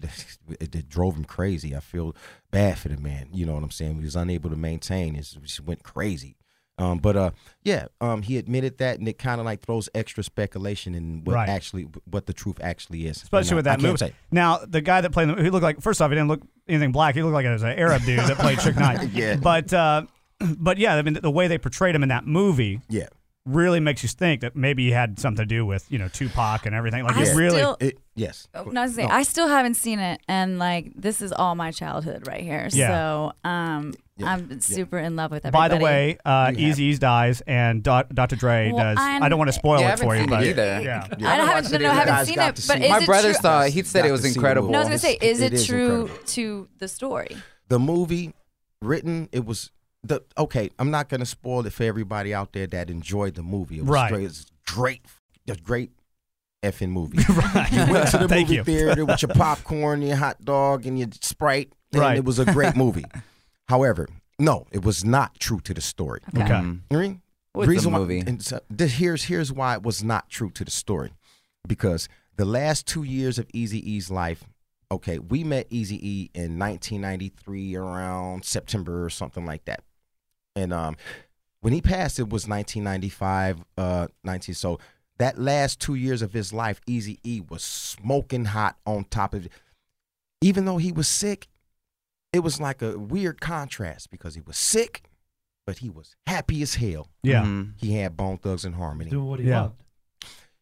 Speaker 11: it drove him crazy. I feel bad for the man. You know what I'm saying? He was unable to maintain. It just went crazy. Um, but uh, yeah, um, he admitted that, and it kind of like throws extra speculation in what
Speaker 3: Right.
Speaker 11: actually what the truth actually is,
Speaker 3: especially
Speaker 11: And I-
Speaker 3: with
Speaker 11: I
Speaker 3: that
Speaker 11: can't
Speaker 3: movie.
Speaker 11: say.
Speaker 3: Now, the guy that played him, he looked like first off, he didn't look anything black. He looked like it was an Arab dude that played Trick Knight.
Speaker 11: [LAUGHS] Yeah.
Speaker 3: But uh, [CLEARS THROAT] but yeah, I mean, the way they portrayed him in that movie
Speaker 11: Yeah,
Speaker 3: really makes you think that maybe he had something to do with you know Tupac and everything. Like
Speaker 7: I
Speaker 3: it really.
Speaker 7: still,
Speaker 11: it, yes.
Speaker 7: oh, no, I, was saying, I still haven't seen it, and like this is all my childhood right here.
Speaker 3: Yeah.
Speaker 7: So um, I'm super in love with
Speaker 3: by
Speaker 7: everybody.
Speaker 3: the way, uh, Eazy's dies and Do- Dr. Dre
Speaker 7: Well,
Speaker 3: does.
Speaker 7: I'm-
Speaker 3: I don't want to spoil
Speaker 4: Yeah, I
Speaker 3: it for you,
Speaker 4: haven't
Speaker 3: but
Speaker 4: seen it either.
Speaker 3: yeah.
Speaker 7: I
Speaker 11: Yeah,
Speaker 7: haven't,
Speaker 11: watched
Speaker 7: no,
Speaker 11: it.
Speaker 7: no, I
Speaker 11: You
Speaker 7: haven't
Speaker 11: guys
Speaker 7: seen
Speaker 11: got
Speaker 7: it,
Speaker 11: to
Speaker 7: but
Speaker 11: see it.
Speaker 7: is it
Speaker 4: My brother
Speaker 7: true?
Speaker 4: saw it. He said
Speaker 11: Got
Speaker 4: it
Speaker 11: to
Speaker 4: was
Speaker 11: see the
Speaker 4: incredible.
Speaker 11: movie.
Speaker 7: No, I was gonna say, is it,
Speaker 11: It is
Speaker 7: true
Speaker 11: incredible.
Speaker 7: to to the
Speaker 11: the movie written it was the okay i'm not gonna spoil it for everybody out there that enjoyed the movie it was
Speaker 3: Right.
Speaker 11: great, it's great a great effing
Speaker 3: [LAUGHS]
Speaker 11: movie. right. [LAUGHS] You went to the
Speaker 3: Thank
Speaker 11: movie
Speaker 3: you.
Speaker 11: theater with
Speaker 3: [LAUGHS]
Speaker 11: your popcorn, your hot dog, and your Sprite, and
Speaker 3: Right.
Speaker 11: it was a
Speaker 3: [LAUGHS]
Speaker 11: great movie. However, no, it was not true to the story.
Speaker 4: Okay. Okay.
Speaker 11: You mean?
Speaker 4: What's the
Speaker 11: Reason why-
Speaker 4: movie?
Speaker 11: and so, the- here's here's why it was not true to the story, because the last two years of Easy E's life. Okay, we met Easy E in 1993 around September or something like that, and um, when he passed, it was 1995, uh, 19. So that last two years of his life, Easy E was smoking hot on top of it. Even though he was sick, it was like a weird contrast because he was sick, but he was happy as hell.
Speaker 3: Yeah.
Speaker 11: He had Bone Thugs and Harmony.
Speaker 6: Doing what he
Speaker 3: Yeah.
Speaker 6: loved.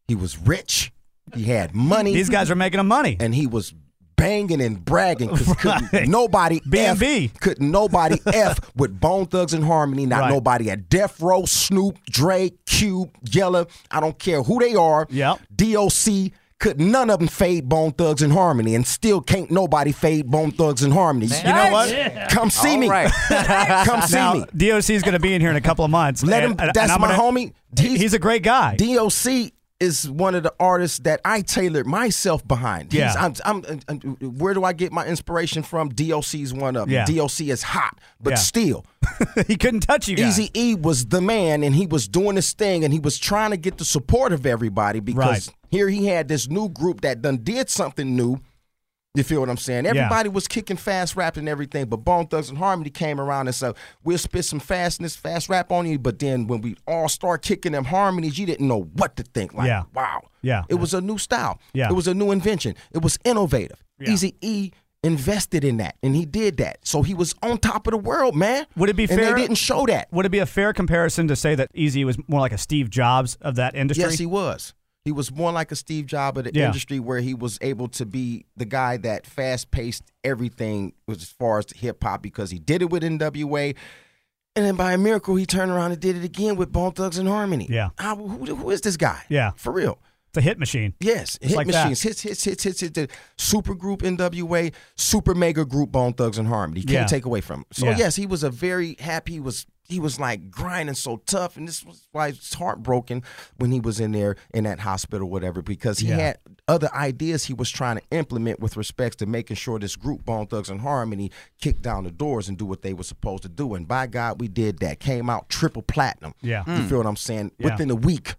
Speaker 11: He was rich. He had money.
Speaker 3: These guys are making them money.
Speaker 11: and he was banging and bragging because
Speaker 3: [LAUGHS] Right.
Speaker 11: couldn't nobody
Speaker 3: B&B.
Speaker 11: F, could nobody
Speaker 3: [LAUGHS]
Speaker 11: F with Bone Thugs and Harmony. Not
Speaker 3: Right.
Speaker 11: nobody at Death Row, Snoop, Dre, Cube, Yella. I don't care who they are.
Speaker 3: Yep.
Speaker 11: DOC. Could none of them fade Bone Thugs and Harmony, and still can't nobody fade Bone Thugs and Harmony.
Speaker 3: You know what?
Speaker 11: Come see me.
Speaker 4: right.
Speaker 11: [LAUGHS] Come see
Speaker 3: Now,
Speaker 11: me.
Speaker 3: DOC is going to be in here in a couple of months.
Speaker 11: Let him.
Speaker 3: and- and-
Speaker 11: that's
Speaker 3: and I'm
Speaker 11: my
Speaker 3: gonna-
Speaker 11: homie.
Speaker 3: He's, a great guy.
Speaker 11: DOC is one of the artists that I tailored myself behind. He's-
Speaker 3: Yeah.
Speaker 11: I'm, I'm, I'm- where do I get my inspiration from? DOC's one of them.
Speaker 3: Yeah.
Speaker 11: DOC is hot, but
Speaker 3: Yeah.
Speaker 11: still,
Speaker 3: [LAUGHS] he couldn't touch you guys.
Speaker 11: Easy E was the man, and he was doing his thing, and he was trying to get the support of everybody because
Speaker 3: Right.
Speaker 11: here he had this new group that done did something new. You feel what I'm saying? Everybody was kicking fast rap and everything, but Bone Thugs and Harmony came around and said, "We'll spit some fastness, fast rap on you." But then when we all start kicking them harmonies, you didn't know what to think. Like,
Speaker 3: Yeah.
Speaker 11: wow,
Speaker 3: Yeah.
Speaker 11: it was a new style.
Speaker 3: Yeah.
Speaker 11: it was a new invention. It was innovative.
Speaker 3: Yeah.
Speaker 11: Easy E invested in that, and he did that. So he was on top of the world, man.
Speaker 3: Would it be
Speaker 11: And
Speaker 3: fair-
Speaker 11: They didn't show that.
Speaker 3: Would it be a fair comparison to say that Easy was more like a Steve Jobs of that industry?
Speaker 11: Yes, he was. He was more like a Steve Jobs of the
Speaker 3: Yeah.
Speaker 11: industry, where he was able to be the guy that fast paced everything was as far as hip hop because he did it with NWA, and then by a miracle he turned around and did it again with Bone Thugs and Harmony.
Speaker 3: Yeah.
Speaker 11: How- who, who is this guy?
Speaker 3: Yeah.
Speaker 11: for real.
Speaker 3: It's a hit machine.
Speaker 11: Yes, hit
Speaker 3: like that.
Speaker 11: machines, hits, hits, hits, hits, hits. hits. Super group NWA, super mega group Bone Thugs and Harmony. You can't
Speaker 3: Yeah.
Speaker 11: take away from. Him. So
Speaker 3: Yeah.
Speaker 11: yes, he was a very happy. He was he was like grinding so tough, and this was why it's heartbroken when he was in there in that hospital, whatever, because he
Speaker 3: Yeah.
Speaker 11: had other ideas he was trying to implement with respects to making sure this group Bone Thugs and Harmony kicked down the doors and do what they were supposed to do. And by God, we did that. Came out triple platinum.
Speaker 3: Yeah.
Speaker 11: you feel what I'm saying?
Speaker 3: Yeah.
Speaker 11: Within a week,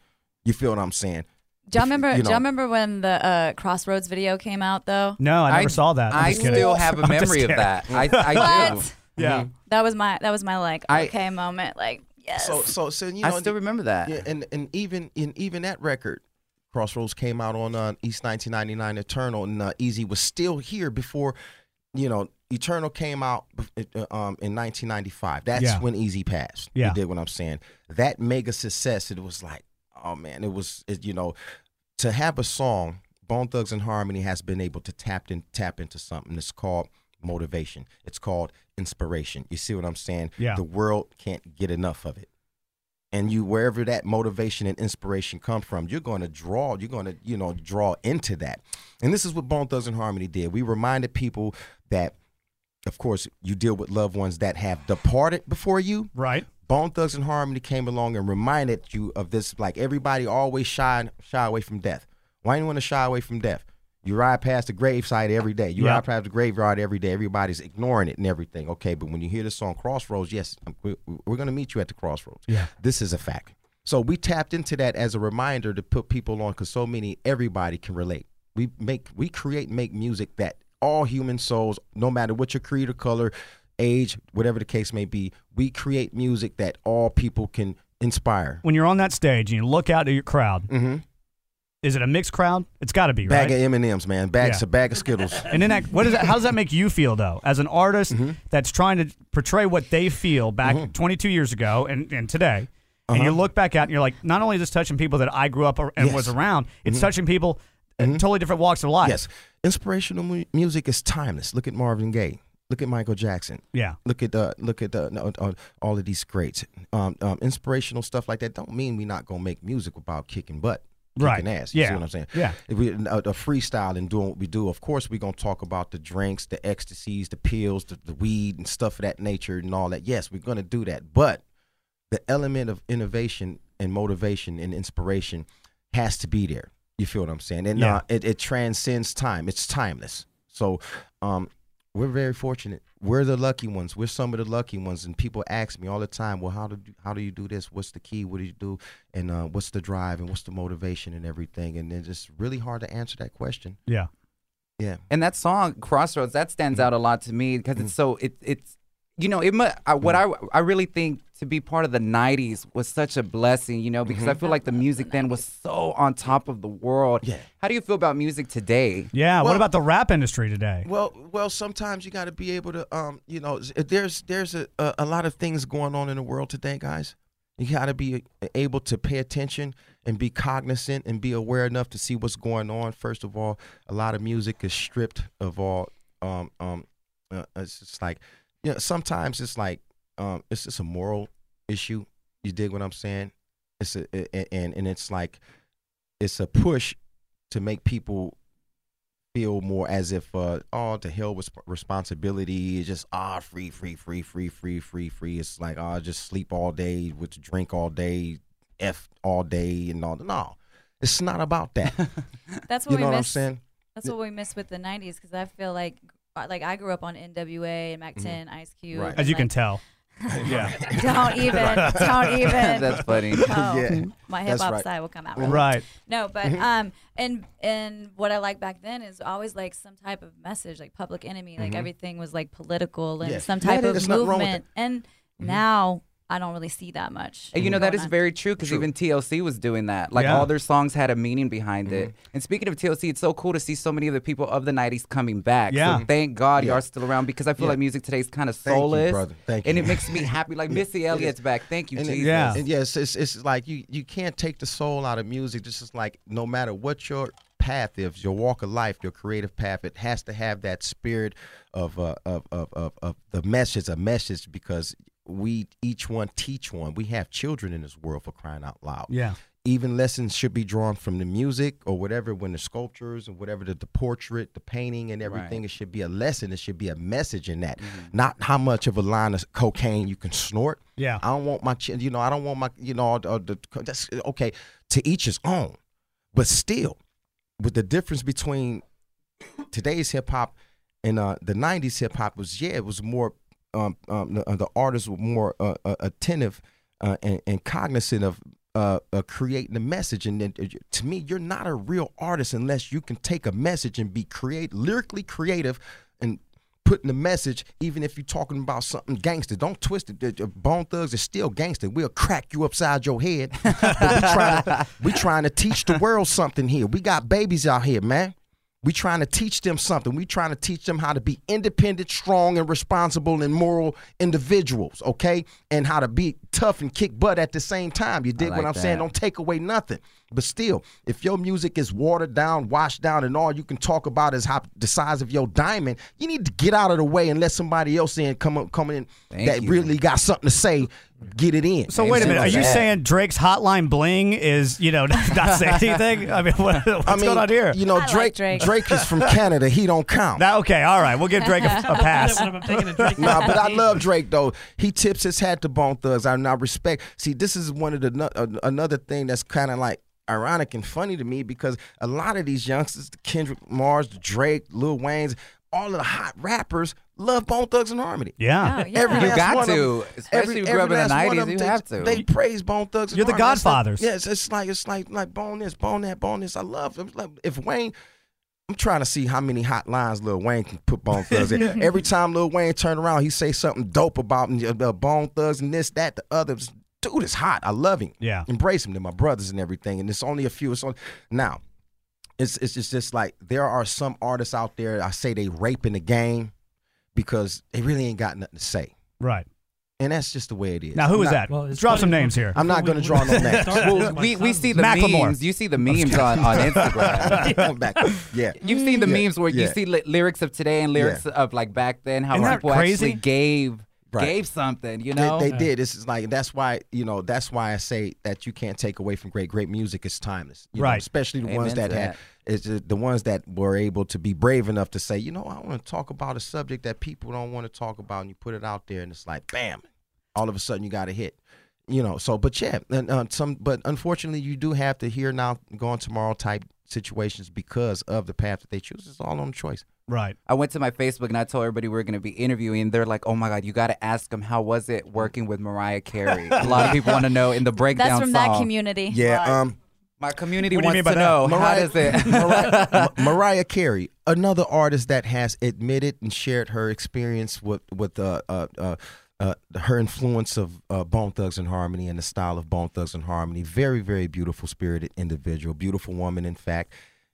Speaker 11: you feel what I'm saying?
Speaker 7: Do y'all remember?
Speaker 11: you
Speaker 7: Do
Speaker 11: know.
Speaker 7: y'all remember when the uh, Crossroads video came out though?
Speaker 3: No, I never saw that. I'm
Speaker 4: I
Speaker 3: just kidding.
Speaker 4: still have a
Speaker 3: [LAUGHS] I'm just
Speaker 4: memory of
Speaker 3: kidding.
Speaker 4: that.
Speaker 3: [LAUGHS]
Speaker 4: Mm-hmm. I, I do.
Speaker 7: What?
Speaker 3: Yeah.
Speaker 7: That was my that was my like
Speaker 4: I-
Speaker 7: okay moment. Like yes.
Speaker 11: So, so, so you know,
Speaker 4: I still remember that.
Speaker 11: Yeah, and and even in even that record, Crossroads came out on uh, East 1999 Eternal, and uh, Easy was still here before, you know, Eternal came out uh, um, in 1995. That's
Speaker 3: Yeah.
Speaker 11: when Easy passed.
Speaker 3: Yeah.
Speaker 11: you did what I'm saying. That mega success, it was like, oh man, it was it, you know, to have a song. Bone Thugs and Harmony has been able to tap in, tap into something that's called motivation. It's called inspiration. You see what I'm saying?
Speaker 3: Yeah.
Speaker 11: The world can't get enough of it and you wherever that motivation and inspiration come from you're going to draw you're going to you know draw into that and this is what bone thugs and harmony did we reminded people that of course you deal with loved ones that have departed before you
Speaker 3: Right.
Speaker 11: bone thugs and harmony came along and reminded you of this like everybody always shy shy away from death why do you want to shy away from death you ride past the gravesite every day. You
Speaker 3: Yeah.
Speaker 11: ride past the graveyard every day. Everybody's ignoring it and everything. Okay, but when you hear this song "Crossroads," yes, I'm- we- we're going to meet you at the crossroads.
Speaker 3: Yeah.
Speaker 11: This is a fact. So we tapped into that as a reminder to put people on because so many everybody can relate. We make we create make music that all human souls, no matter what your creed or color, age, whatever the case may be, we create music that all people can inspire. Mm-hmm.
Speaker 3: When you're on that stage and you look out at your crowd, is it a mixed crowd? It's got to be,
Speaker 11: Bag
Speaker 3: right?
Speaker 11: of M and M's, man. Bags
Speaker 3: Yeah.
Speaker 11: a bag of
Speaker 3: [LAUGHS]
Speaker 11: Skittles.
Speaker 3: And then that, what is that? How does that make you feel though, as an artist
Speaker 4: Mm-hmm.
Speaker 3: that's trying to portray what they feel back 22 years ago and, and today? And
Speaker 4: Uh-huh.
Speaker 3: you look back at it and you're like, not only is this touching people that I grew up ar- and
Speaker 11: Yes.
Speaker 3: was around, it's
Speaker 4: Mm-hmm.
Speaker 3: touching people in totally different walks of life.
Speaker 11: yes, inspirational mu- music is timeless. Look at Marvin Gaye. Look at Michael Jackson.
Speaker 3: Yeah.
Speaker 11: look at uh, look at uh, no, uh, all of these greats, um, um, inspirational stuff like that. Don't mean we not gonna make music about kicking butt, kicking
Speaker 3: Right.
Speaker 11: ass. You
Speaker 3: Yeah.
Speaker 11: see what I'm saying?
Speaker 3: Yeah.
Speaker 11: If we uh, the freestyle and doing what we do. Of course, we gonna talk about the drinks, the ecstasies, the pills, the, the weed, and stuff of that nature, and all that. Yes, we're gonna do that, but the element of innovation and motivation and inspiration has to be there. You feel what I'm saying? And
Speaker 12: Yeah.
Speaker 11: uh, it, it transcends time. It's timeless. So um, we're very fortunate. We're the lucky ones. We're some of the lucky ones. And people ask me all the time, well, how do you, how do you do this? What's the key? What do you do? And uh, what's the drive? And what's the motivation and everything? And it's just really hard to answer that question.
Speaker 3: Yeah.
Speaker 11: Yeah.
Speaker 4: And that song Crossroads that stands out a lot to me because it's so it it's you know it mu- I, what I I really think to be part of the 90s was such a blessing, you know, because
Speaker 11: Mm-hmm.
Speaker 4: I feel like the music then was so on top of the world. Yeah. How do you feel about music today?
Speaker 3: Yeah.
Speaker 4: Well-
Speaker 3: what about the rap industry today?
Speaker 11: Well, well, sometimes you got to be able to, um, you know, s- there's there's a, a a lot of things going on in the world today, guys. You got to be uh, able to pay attention and be cognizant and be aware enough to see what's going on. First of all, a lot of music is stripped of all. Um, um, uh, it's just like, you know, sometimes it's like, um, it's just a moral issue. You dig what I'm saying? It's a, a- a- and and it's like, it's a push to make people feel more as if uh oh to hell with sp- responsibility it's just ah free free free free free free free it's like ah just sleep all day with drink all day f all day and all no it's not about that
Speaker 7: [LAUGHS] That's what
Speaker 11: you
Speaker 7: we
Speaker 11: know what
Speaker 7: miss.
Speaker 11: i'm saying
Speaker 7: That's what we miss with the '90s because I feel like, uh, like I grew up on NWA and Mac
Speaker 11: Mhm.
Speaker 7: 10, Ice Cube.
Speaker 11: Right.
Speaker 7: and,
Speaker 3: As you can
Speaker 7: like- [LAUGHS]
Speaker 3: tell. yeah.
Speaker 4: [LAUGHS]
Speaker 7: Don't even. Don't even.
Speaker 4: That's funny. [LAUGHS]
Speaker 7: No.
Speaker 4: Yeah.
Speaker 7: My hip
Speaker 4: That's
Speaker 7: hop
Speaker 4: right. Mm-hmm.
Speaker 7: side will come
Speaker 3: [LAUGHS]
Speaker 7: out.
Speaker 3: Right.
Speaker 7: No, but um, and and what I liked back then is always like some type of message, like Public Enemy, like
Speaker 13: Mhm.
Speaker 7: everything was like political and
Speaker 4: Yeah.
Speaker 7: some
Speaker 4: Mm-hmm. Yeah,
Speaker 7: type
Speaker 4: there's
Speaker 7: of
Speaker 4: nothing wrong with
Speaker 7: movement. And now I don't really see that much.
Speaker 4: And you know that
Speaker 11: Mm-hmm.
Speaker 7: going
Speaker 4: is
Speaker 7: on.
Speaker 4: very true because even TLC was doing that. Like
Speaker 7: Yeah.
Speaker 4: all their songs had a meaning behind it.
Speaker 11: Mm-hmm.
Speaker 4: And speaking of TLC, it's so cool to see so many of the people of the '90s coming back.
Speaker 11: Yeah.
Speaker 4: So thank God
Speaker 11: Yeah.
Speaker 4: y'all are still around because I feel
Speaker 11: Yeah.
Speaker 4: like music today is kind of
Speaker 11: Thank you,
Speaker 4: soulless.
Speaker 11: brother. Thank
Speaker 4: and
Speaker 11: you.
Speaker 4: it makes me happy. Like
Speaker 11: [LAUGHS]
Speaker 4: Missy
Speaker 11: Yeah.
Speaker 4: Elliott's back. Thank you,
Speaker 11: and it-
Speaker 4: Jesus.
Speaker 11: and yes it's, it's like you you can't take the soul out of music this is like no matter what your path is your walk of life your creative path it has to have that spirit of uh, of, of of of the message a message because we each one teach one we have children in this world for crying out loud
Speaker 3: Yeah.
Speaker 11: even lessons should be drawn from the music or whatever when the sculptures and whatever the, the portrait the painting and everything it should be a lesson it should be a message in that
Speaker 4: Mm-hmm.
Speaker 11: not how much of a line of cocaine you can snort
Speaker 3: Yeah.
Speaker 11: i don't want my chin you know i don't want my you know all the- all the, that's okay to each his own but still with the difference between today's hip hop and uh, the '90s hip hop was yeah, it was more um, um, the, the artists were more uh, uh, attentive uh, and, and cognizant of uh, uh, creating the message. And then, uh, to me, you're not a real artist unless you can take a message and be create lyrically creative and putting the message, even if you're talking about something gangster. Don't twist it. The- the Bone thugs are still gangster. We'll crack you upside your head. [LAUGHS] but we trying, to, we trying to teach the world something here. We got babies out here, man. We trying to teach them something. We trying to teach them how to be independent, strong, and responsible and moral individuals, okay? And how to be tough and kick butt at the same time. You dig
Speaker 4: like
Speaker 11: what I'm saying?
Speaker 4: that.
Speaker 11: Don't take away nothing. But still, if your music is watered down, washed down, and all you can talk about is how the size of your diamond, you need to get out of the way and let somebody else in come up, come in that really got something to say, get it in.
Speaker 3: So wait a minute. Are you saying Drake's hotline bling is you know [LAUGHS]
Speaker 11: [LAUGHS]
Speaker 3: not saying anything? I mean, what, what's
Speaker 11: I mean,
Speaker 3: going on here?
Speaker 11: You know, Drake, Drake. is from Canada. He don't count.
Speaker 3: That, okay, all right. We'll give Drake a, a
Speaker 11: [LAUGHS]
Speaker 3: pass.
Speaker 11: nah, but I love Drake though. He tips his hat to Bone Thugs. I, and I respect. See, this is one of the no- uh, another thing that's kind of like ironic and funny to me because a lot of these youngsters, the Kendrick Mars, the Drake, Lil Wayne's, all of the hot rappers love Bone Thugs and Harmony.
Speaker 3: [LAUGHS] Yeah. Oh, yeah.
Speaker 11: Every
Speaker 4: You
Speaker 11: last
Speaker 4: got
Speaker 11: one of
Speaker 4: to,
Speaker 11: them-
Speaker 4: especially if you grew up in the
Speaker 11: last one
Speaker 4: 90s,
Speaker 11: of them,
Speaker 4: you
Speaker 11: they-
Speaker 4: have to.
Speaker 11: They praise Bone Thugs. and
Speaker 3: You're the
Speaker 11: Harmony. It's like-
Speaker 3: godfathers.
Speaker 11: Yes, it's like it's like like bone this, bone that, bone this. I love them. Like, if Wayne I'm trying to see how many hot lines Lil Wayne can put Bone Thugs
Speaker 4: [LAUGHS]
Speaker 11: in. Every time Lil Wayne turn around, he say something dope about uh, Bone Thugs and this, that, the others. Dude is hot. I love him.
Speaker 3: Yeah.
Speaker 11: Embrace him. They're my brothers and everything. And it's only a few. It's only now. It's it's just, just like there are some artists out there. I say they raping the game because they really ain't got nothing to say.
Speaker 3: Right.
Speaker 11: And that's just the way it is.
Speaker 3: Now, who
Speaker 11: I'm
Speaker 3: was
Speaker 11: not-
Speaker 3: that? Well, it's Drop funny- some names here.
Speaker 11: I'm not
Speaker 3: Before
Speaker 11: going
Speaker 3: we-
Speaker 11: to draw no
Speaker 3: [LAUGHS]
Speaker 11: names. [LAUGHS]
Speaker 4: Well, we, we see the
Speaker 11: Macklemore.
Speaker 4: memes. You see the memes on, on Instagram.
Speaker 11: Come back.
Speaker 3: [LAUGHS]
Speaker 11: Yeah.
Speaker 4: You've seen the
Speaker 11: Yeah,
Speaker 4: memes where [LAUGHS] you
Speaker 11: yeah.
Speaker 4: see li- lyrics of today and lyrics of like back then, how
Speaker 11: Isn't that
Speaker 4: people
Speaker 11: crazy?
Speaker 4: actually gave
Speaker 11: Right.
Speaker 4: gave something, you
Speaker 11: They-
Speaker 4: know?
Speaker 3: Uh.
Speaker 11: They, did. It's just like that's why you know that's why I say that you can't take away from great great music. It's timeless, you know,
Speaker 3: Right.
Speaker 11: especially the
Speaker 4: Amen
Speaker 11: ones
Speaker 4: to
Speaker 11: that had
Speaker 4: that.
Speaker 11: it's uh, the ones that were able to be brave enough to say, you know, I want to talk about a subject that people don't want to talk about, and you put it out there, and it's like, bam, all of a sudden you got a hit. you know, so but yeah, and uh, some but unfortunately you do have to hear now gone tomorrow type situations because of the path that they choose. It's all on choice.
Speaker 3: Right.
Speaker 4: I went to my Facebook and I told everybody we were going to be interviewing. And they're like, "Oh my God, you got to ask them how was it working with Mariah Carey." A [LAUGHS] lot of people want to know in the breakdown.
Speaker 7: That's from that
Speaker 4: song.
Speaker 7: community.
Speaker 11: Yeah. Um.
Speaker 4: My community
Speaker 3: What do you
Speaker 4: wants to
Speaker 3: mean by that?
Speaker 4: know
Speaker 11: Mariah-
Speaker 4: how does it.
Speaker 11: Mariah, Ma- Mariah Carey, another artist that has admitted and shared her experience with with uh, uh, uh, uh, her influence of uh, Bone Thugs and Harmony and the style of Bone Thugs and Harmony. Very, very beautiful spirited individual, beautiful woman, in fact,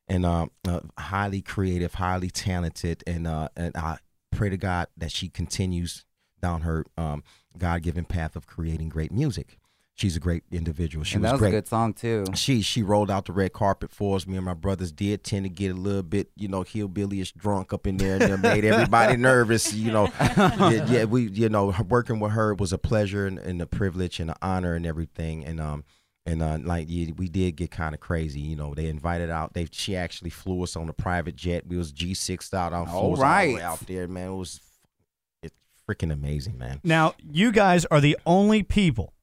Speaker 11: and uh, uh, highly creative, highly talented, and uh, and I pray to God that she continues down her um, God given path of creating great music. She's a great individual. [LAUGHS] She
Speaker 4: and
Speaker 11: was
Speaker 4: that was
Speaker 11: great
Speaker 4: a good song too.
Speaker 11: she she rolled out the red carpet for us. Me and my brothers did tend to get a little bit, you know, hillbillyish drunk up in there, and it made everybody nervous. You know, yeah, yeah, we, you know, working with her was a pleasure and, and a privilege and an honor and everything. And um and uh, like yeah, we did get kind of crazy. You know, they invited out. They she actually flew us on a private jet. We was G six out. on
Speaker 4: All
Speaker 11: all right
Speaker 4: right.
Speaker 11: out there, man. It was it's freaking amazing, man.
Speaker 3: Now, you guys are the only people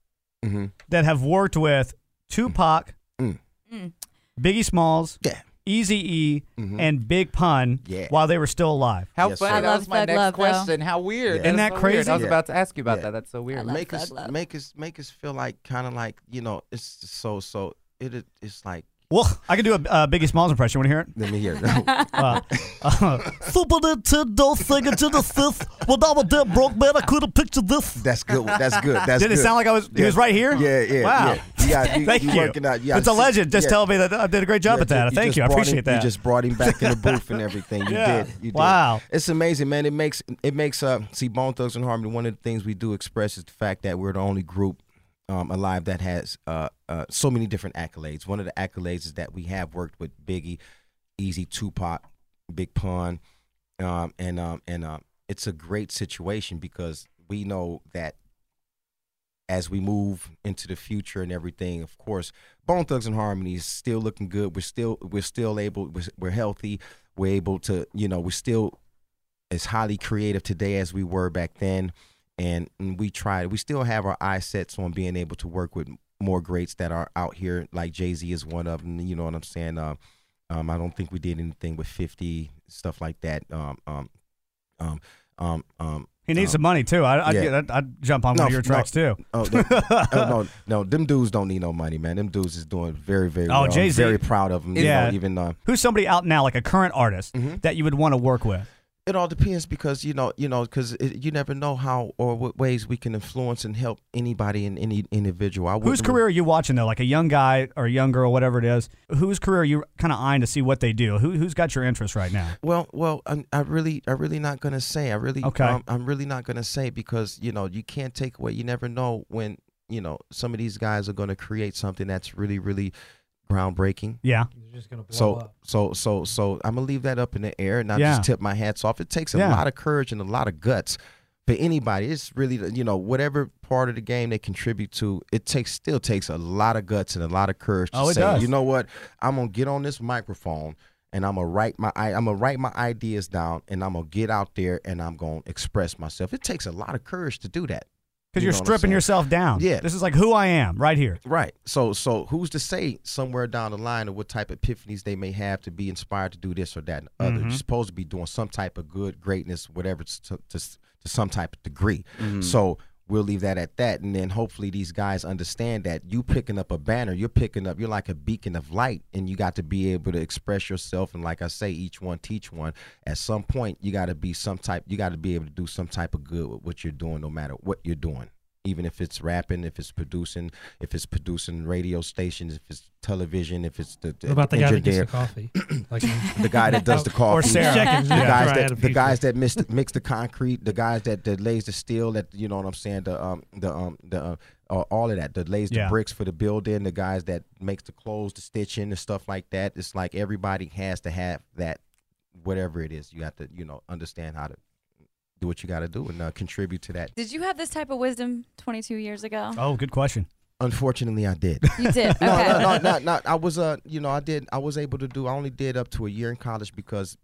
Speaker 11: Mm-hmm.
Speaker 3: that have worked with Tupac,
Speaker 11: Mm.
Speaker 7: Mm.
Speaker 3: Biggie Smalls,
Speaker 11: Yeah.
Speaker 3: Easy E,
Speaker 11: Mhm.
Speaker 6: and Big Pun.
Speaker 11: Yeah.
Speaker 3: while they were still alive.
Speaker 4: How
Speaker 11: Yes,
Speaker 4: funny!
Speaker 11: sir. I
Speaker 4: That
Speaker 7: love
Speaker 4: was my
Speaker 7: Thug
Speaker 4: next
Speaker 7: Love, though.
Speaker 4: question. How weird!
Speaker 11: Yeah.
Speaker 4: That's
Speaker 3: Isn't that
Speaker 4: so weird.
Speaker 3: crazy?
Speaker 4: I was
Speaker 11: Yeah.
Speaker 4: about to ask you about
Speaker 11: Yeah.
Speaker 4: that. That's so
Speaker 7: I
Speaker 4: weird.
Speaker 7: love
Speaker 11: make us
Speaker 7: Thug Love.
Speaker 11: make us make us feel like kind of like you know it's just so so it it- it's like
Speaker 3: Well, I can do a uh, Biggie Smalls impression. Want to hear it?
Speaker 11: let me hear it. [LAUGHS]
Speaker 3: Uh, uh, Super Nintendo Sega Genesis. When I was dead broke, man, I couldn't picture this.
Speaker 11: that's good that's good that's
Speaker 3: Did it
Speaker 11: good.
Speaker 3: sound like I was? He
Speaker 11: Yeah.
Speaker 3: was right here.
Speaker 11: yeah yeah
Speaker 3: Wow.
Speaker 11: yeah. you got you,
Speaker 3: [LAUGHS] Thank
Speaker 11: you
Speaker 3: you.
Speaker 11: working out you gotta
Speaker 3: it's a
Speaker 11: see-
Speaker 3: legend. Just
Speaker 11: yeah.
Speaker 3: tell me that I did a great job
Speaker 11: Yeah,
Speaker 3: at that.
Speaker 11: ju- you
Speaker 3: Thank
Speaker 11: just
Speaker 3: you. I
Speaker 11: brought him-
Speaker 3: appreciate that.
Speaker 11: You just brought him back in the booth
Speaker 3: [LAUGHS]
Speaker 11: and everything. You
Speaker 3: Yeah.
Speaker 11: did. You did.
Speaker 3: Wow.
Speaker 11: It's amazing, man. It makes it makes uh see Bone Thugs and Harmony. One of the things we do express is the fact that we're the only group um, alive that has uh, uh so many different accolades. One of the accolades is that we have worked with Biggie, Easy, Tupac, Big Pun, um, and um, and um, it's a great situation because we know that as we move into the future and everything, of course, Bone Thugs and Harmony is still looking good. We're still we're still able we're, we're healthy. We're able to you know we're still as highly creative today as we were back then, and, and we try. We still have our eye sets on being able to work with more greats that are out here. Like Jay Z is one of them. You know what I'm saying? Um, um, I don't think we did anything with 50 stuff like that. Um, um, um, um, um,
Speaker 3: he needs
Speaker 11: um,
Speaker 3: some money too. I, I'd,
Speaker 11: Yeah.
Speaker 3: get- I'd, I'd jump on
Speaker 11: No,
Speaker 3: one of your
Speaker 11: no.
Speaker 3: tracks too. [LAUGHS]
Speaker 11: Oh, they- oh, no, no, them dudes don't need no money, man. Them dudes is doing very, very
Speaker 3: Oh,
Speaker 11: well. I'm
Speaker 3: Jay-Z.
Speaker 11: Very proud of them.
Speaker 3: Yeah.
Speaker 11: You know, even uh,
Speaker 3: Who's somebody out now, like a current artist that you would want to work with?
Speaker 11: it all depends because you know, you know, because you never know how or what ways we can influence and help anybody and any individual. I
Speaker 3: Whose
Speaker 11: wouldn't-
Speaker 3: career are you watching though? Like a young guy or a young girl, whatever it is. Whose career are you kind of eyeing to see what they do? Who, who's got your interest right now?
Speaker 11: Well, well, I'm, I really, I really not gonna say. I really,
Speaker 3: Okay.
Speaker 11: um, I'm really not gonna say because you know you can't take away. You never know when you know some of these guys are gonna create something that's really, really groundbreaking.
Speaker 3: Yeah.
Speaker 6: You're just gonna blow
Speaker 11: So
Speaker 6: up.
Speaker 11: so so so I'm gonna leave that up in the air and I
Speaker 3: Yeah.
Speaker 11: just tip my hats off. It takes a
Speaker 3: Yeah.
Speaker 11: lot of courage and a lot of guts for anybody. It's really the- you know whatever part of the game they contribute to. It takes still takes a lot of guts and a lot of courage to
Speaker 3: Oh, it
Speaker 11: say
Speaker 3: does.
Speaker 11: you know what I'm gonna get on this microphone and I'm gonna write my I, I'm gonna write my ideas down and I'm gonna get out there and I'm gonna express myself. It takes a lot of courage to do that.
Speaker 3: Because
Speaker 11: You
Speaker 3: you are
Speaker 11: know what I'm
Speaker 3: stripping
Speaker 11: saying?
Speaker 3: yourself down.
Speaker 11: Yeah.
Speaker 3: This is like who I am right here.
Speaker 11: Right. So so who's to say somewhere down the line of what type of epiphanies they may have to be inspired to do this or that and other. You're supposed to be doing some type of good greatness, whatever to to, to some type of degree.
Speaker 4: hmm. Mm-hmm.
Speaker 11: So we'll leave that at that and then hopefully these guys understand that you picking up a banner, you're picking up you're like a beacon of light and you got to be able to express yourself and like I say each one teach one. At some point you got to be some type you got to be able to do some type of good with what you're doing no matter what you're doing even if it's rapping, if it's producing, if it's producing radio stations, if it's television, if it's the, the
Speaker 6: What about the guy that gets
Speaker 11: engineer,
Speaker 6: the coffee? Like,
Speaker 11: the guy that
Speaker 3: [LAUGHS]
Speaker 11: does the coffee,
Speaker 3: Or Sarah.
Speaker 6: Seconds,
Speaker 11: the
Speaker 6: yeah.
Speaker 11: guys
Speaker 6: Right, out
Speaker 11: that the
Speaker 6: of pieces.
Speaker 11: guys that mix, mix the concrete, the guys that, that lays the steel, that you know what I'm saying, the um the um the uh, uh, all of that, that lays the
Speaker 3: Yeah.
Speaker 11: bricks for the building, the guys that makes the clothes, the stitching, and stuff like that. It's like everybody has to have that, whatever it is. You have to you know understand how to do what you got to do and uh, contribute to that.
Speaker 7: Did you have this type of wisdom 22 years ago?
Speaker 3: Oh, good question.
Speaker 11: Unfortunately, I did.
Speaker 7: You
Speaker 11: [LAUGHS]
Speaker 7: did. Okay.
Speaker 11: no, no, no, no, no. I was uh, you know, I did. I was able to do. I only did up to a year in college because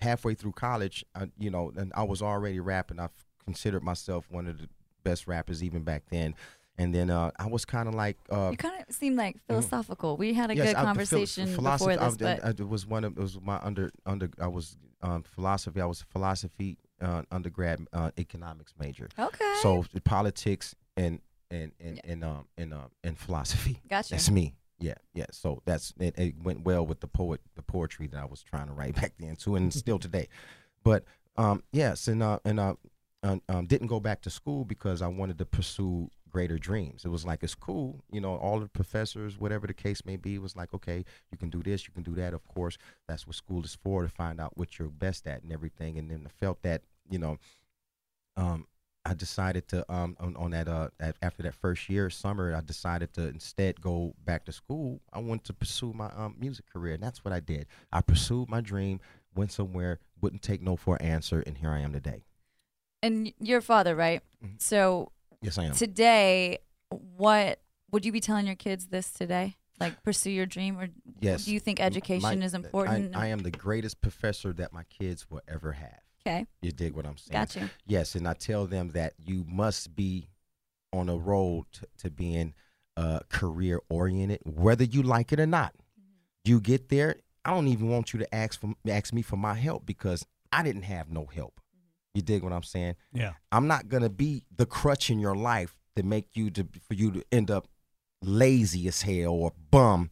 Speaker 11: halfway through college, I, you know, and I was already rapping. I considered myself one of the best rappers even back then, And then uh, I was kind of like, uh, Mm-hmm.
Speaker 7: You kind of seem like philosophical. We had a
Speaker 11: Yes,
Speaker 7: good
Speaker 11: I- the phil-
Speaker 7: conversation
Speaker 11: philosophy-
Speaker 7: before
Speaker 11: I
Speaker 7: this,
Speaker 11: was-
Speaker 7: but
Speaker 11: I- it was one of it was my under under I was um, philosophy. I was a philosophy uh, undergrad uh, economics major.
Speaker 7: Okay.
Speaker 11: So politics and and and and um and um and philosophy.
Speaker 7: Gotcha.
Speaker 11: That's me. Yeah, yeah. So that's it, it. went well with the poet, the poetry that I was trying to write [LAUGHS] back then too, and still today. But um, yes, and uh, and uh, um, um, didn't go back to school because I wanted to pursue greater dreams. It was like it's cool, you know. All the professors, whatever the case may be, was like, okay, you can do this, you can do that. Of course, that's what school is for to find out what you're best at and everything. And then I felt that, you know, um, I decided to um on, on that uh at, after that first year summer, I decided to instead go back to school. I went to pursue my um music career, and that's what I did. I pursued my dream, went somewhere, wouldn't take no for an answer, and here I am today. Mm-hmm.
Speaker 7: and y- your father, right? So
Speaker 11: Yes, I am.
Speaker 7: Today, what would you be telling your kids this today? Like pursue your dream, or
Speaker 11: Yes.
Speaker 7: do you think
Speaker 11: M-
Speaker 7: education
Speaker 11: my-
Speaker 7: is important?
Speaker 11: I, I am the greatest professor that my kids will ever have.
Speaker 7: Okay.
Speaker 11: You dig what I'm saying?
Speaker 7: Gotcha.
Speaker 11: Yes, and I tell them that you must be on a road t- to being uh, career oriented, whether you like it or not. You get there. I don't even want you to ask for ask me for my help because I didn't have no help. You dig what I'm saying?
Speaker 3: Yeah.
Speaker 11: I'm not gonna be the crutch in your life to make you to for you to end up lazy as hell or bum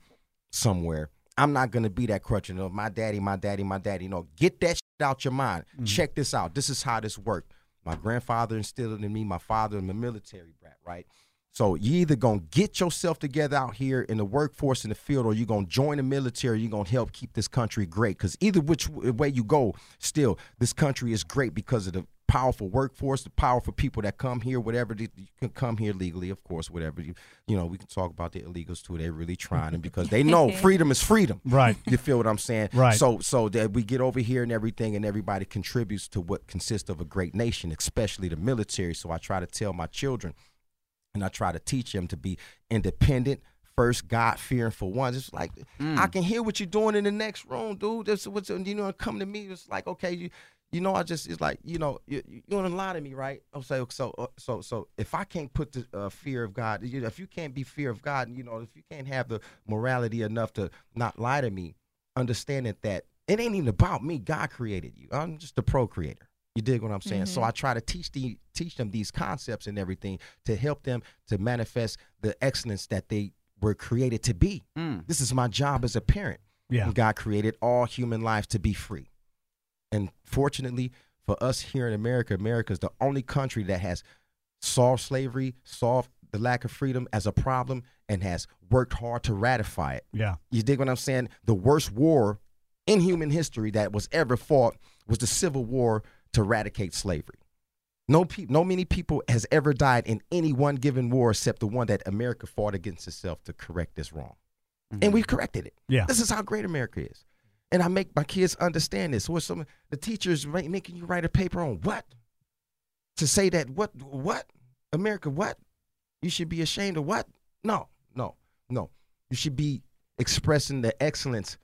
Speaker 11: somewhere. I'm not gonna be that crutch. You know, my daddy, my daddy, my daddy. No, get that shit out your mind. Check this out. This is how this worked. My grandfather instilled it in me. My father in the military brat, right? So you either gonna get yourself together out here in the workforce in the field, or you gonna join the military. you gonna help keep this country great. Because either which w- way you go, still this country is great because of the powerful workforce, the powerful people that come here. Whatever they- you can come here legally, of course. Whatever you you know, we can talk about the illegals too. They're really trying them because they know freedom is freedom.
Speaker 3: Right.
Speaker 11: You feel what I'm saying?
Speaker 3: Right.
Speaker 11: So so that we get over here and everything, and everybody contributes to what consists of a great nation, especially the military. So I try to tell my children and I try to teach them to be independent, first God fearing for ones. It's like I can hear what you're doing in the next room, dude. That's what's you know come to me. It's like okay, you you know I just it's like you know you you want to lie to me, right? I'm saying so uh, so so if I can't put the uh, fear of God, you know, if you can't be fear of God, you know if you can't have the morality enough to not lie to me, understanding that it ain't even about me. God created you. I'm just the procreator. You dig what I'm saying? So I try to teach the teach them these concepts and everything to help them to manifest the excellence that they were created to be. This is my job as a parent. [LAUGHS]
Speaker 3: Yeah.
Speaker 11: God created all human life to be free. And fortunately for us here in America, America is the only country that has solved slavery, solved the lack of freedom as a problem, and has worked hard to ratify it.
Speaker 3: Yeah.
Speaker 11: You dig what I'm saying? The worst war in human history that was ever fought was the Civil War to eradicate slavery. No, peop no many people has ever died in any one given war except the one that America fought against itself to correct this wrong. And we've corrected it.
Speaker 3: Mm-hmm. Yeah.
Speaker 11: This is how great America is. And I make my kids understand this. What some the teachers ma- making you write a paper on what? To say that what what? America what? You should be ashamed of what? No, no, no. You should be expressing the excellence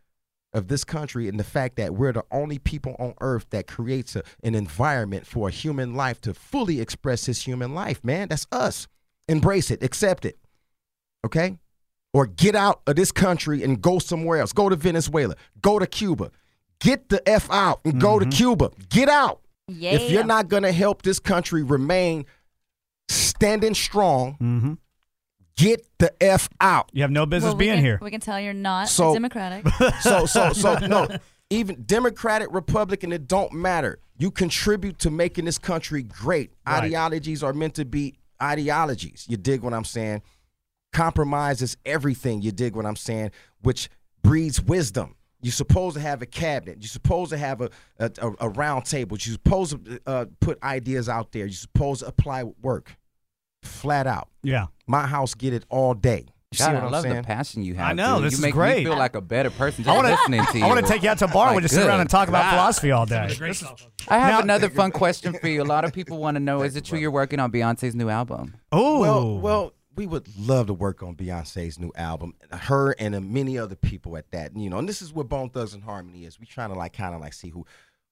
Speaker 11: of this country and the fact that we're the only people on earth that creates a, an environment for a human life to fully express his human life, man. That's us. Embrace it, accept it. Okay? Or get out of this country and go somewhere else. Go to Venezuela, go to Cuba. Get the F out and go to Cuba. Get out. If
Speaker 7: Yeah.
Speaker 11: you're not going to help this country remain standing strong,
Speaker 3: Mm-hmm.
Speaker 11: get the F
Speaker 4: [LAUGHS]
Speaker 11: out.
Speaker 3: You have no business
Speaker 7: Well, we
Speaker 3: being
Speaker 7: can-
Speaker 3: here.
Speaker 7: We can tell you're not
Speaker 11: So-
Speaker 7: democratic.
Speaker 11: so so so no even democratic republican it don't matter you contribute to making this country great
Speaker 3: Right.
Speaker 11: ideologies are meant to be ideologies you dig what i'm saying compromise is everything you dig what i'm saying which breeds wisdom you're supposed to have a cabinet you're supposed to have a, a, a, a round table you're supposed to uh, put ideas out there you're supposed to apply work flat out
Speaker 3: Yeah.
Speaker 11: my house get it all day you see
Speaker 4: God,
Speaker 11: what
Speaker 4: I
Speaker 11: am
Speaker 4: love
Speaker 11: saying
Speaker 4: the passion you have.
Speaker 3: I know,
Speaker 4: dude.
Speaker 3: this
Speaker 4: you
Speaker 3: is
Speaker 4: make
Speaker 3: great.
Speaker 4: me feel like a better person just
Speaker 3: I wanna-
Speaker 4: listening to you.
Speaker 3: [LAUGHS] I want to take you out to a bar and we
Speaker 4: Like,
Speaker 3: just sit around
Speaker 4: good
Speaker 3: and talk about
Speaker 4: God.
Speaker 3: philosophy all day.
Speaker 4: I have
Speaker 3: Now- [LAUGHS]
Speaker 4: another fun question for you. A lot of people want to know: Is it true you're working on Beyonce's new album?
Speaker 3: Oh,
Speaker 11: Well, well, we would love to work on Beyonce's new album, her and uh, many other people at that. You know, and this is what Bone Thugs and Harmony is. We trying to like kind of like see who,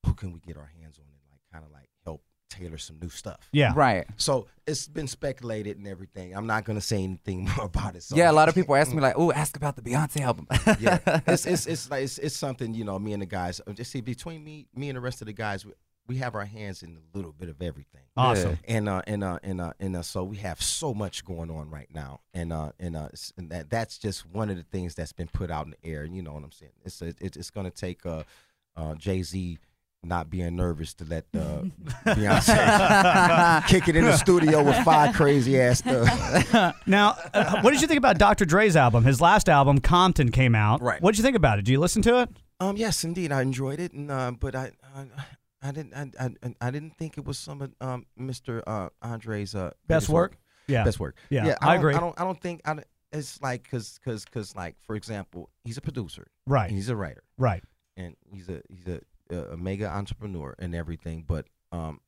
Speaker 11: who can we get our hands on and like kind of like help tailor some new stuff.
Speaker 3: Yeah.
Speaker 4: Right.
Speaker 11: So it's been speculated and everything. I'm not gonna say anything [LAUGHS] more about it. So
Speaker 4: yeah, a lot of people ask me like, "Oh, ask about the Beyonce
Speaker 3: [LAUGHS]
Speaker 4: album."
Speaker 11: yeah,
Speaker 4: [LAUGHS]
Speaker 11: it's it's it's like it's, it's something you know. Me and the guys, uh, just see between me me and the rest of the guys, we, we have our hands in a little bit of everything.
Speaker 3: Awesome.
Speaker 11: And uh and uh and uh and uh, so we have so much going on right now, and uh and uh s- and that that's just one of the things that's been put out in the air. You know what I'm saying? It's it's it's gonna take uh, uh Jay Z. Not being nervous to let uh, Beyonce kick it in the studio with five crazy ass stuff.
Speaker 3: Now, uh, what did you think about Dr. Dre's album? His last album, Compton, came out.
Speaker 11: Right.
Speaker 3: What did you think about it? Did you listen to it?
Speaker 11: Um, yes, indeed, I enjoyed it, and uh, but I, I, I didn't, I, I, I didn't think it was some of um, Mr. Uh, Andre's uh, biggest
Speaker 3: Best work? Yeah.
Speaker 11: best work.
Speaker 3: Yeah,
Speaker 11: I,
Speaker 3: I
Speaker 11: don't-
Speaker 3: agree.
Speaker 11: I don't, I don't think I. don't- It's like because because because like for example, he's a producer,
Speaker 3: Right.
Speaker 11: and he's a writer,
Speaker 3: Right.
Speaker 11: and he's a he's a a a mega entrepreneur and everything, but um.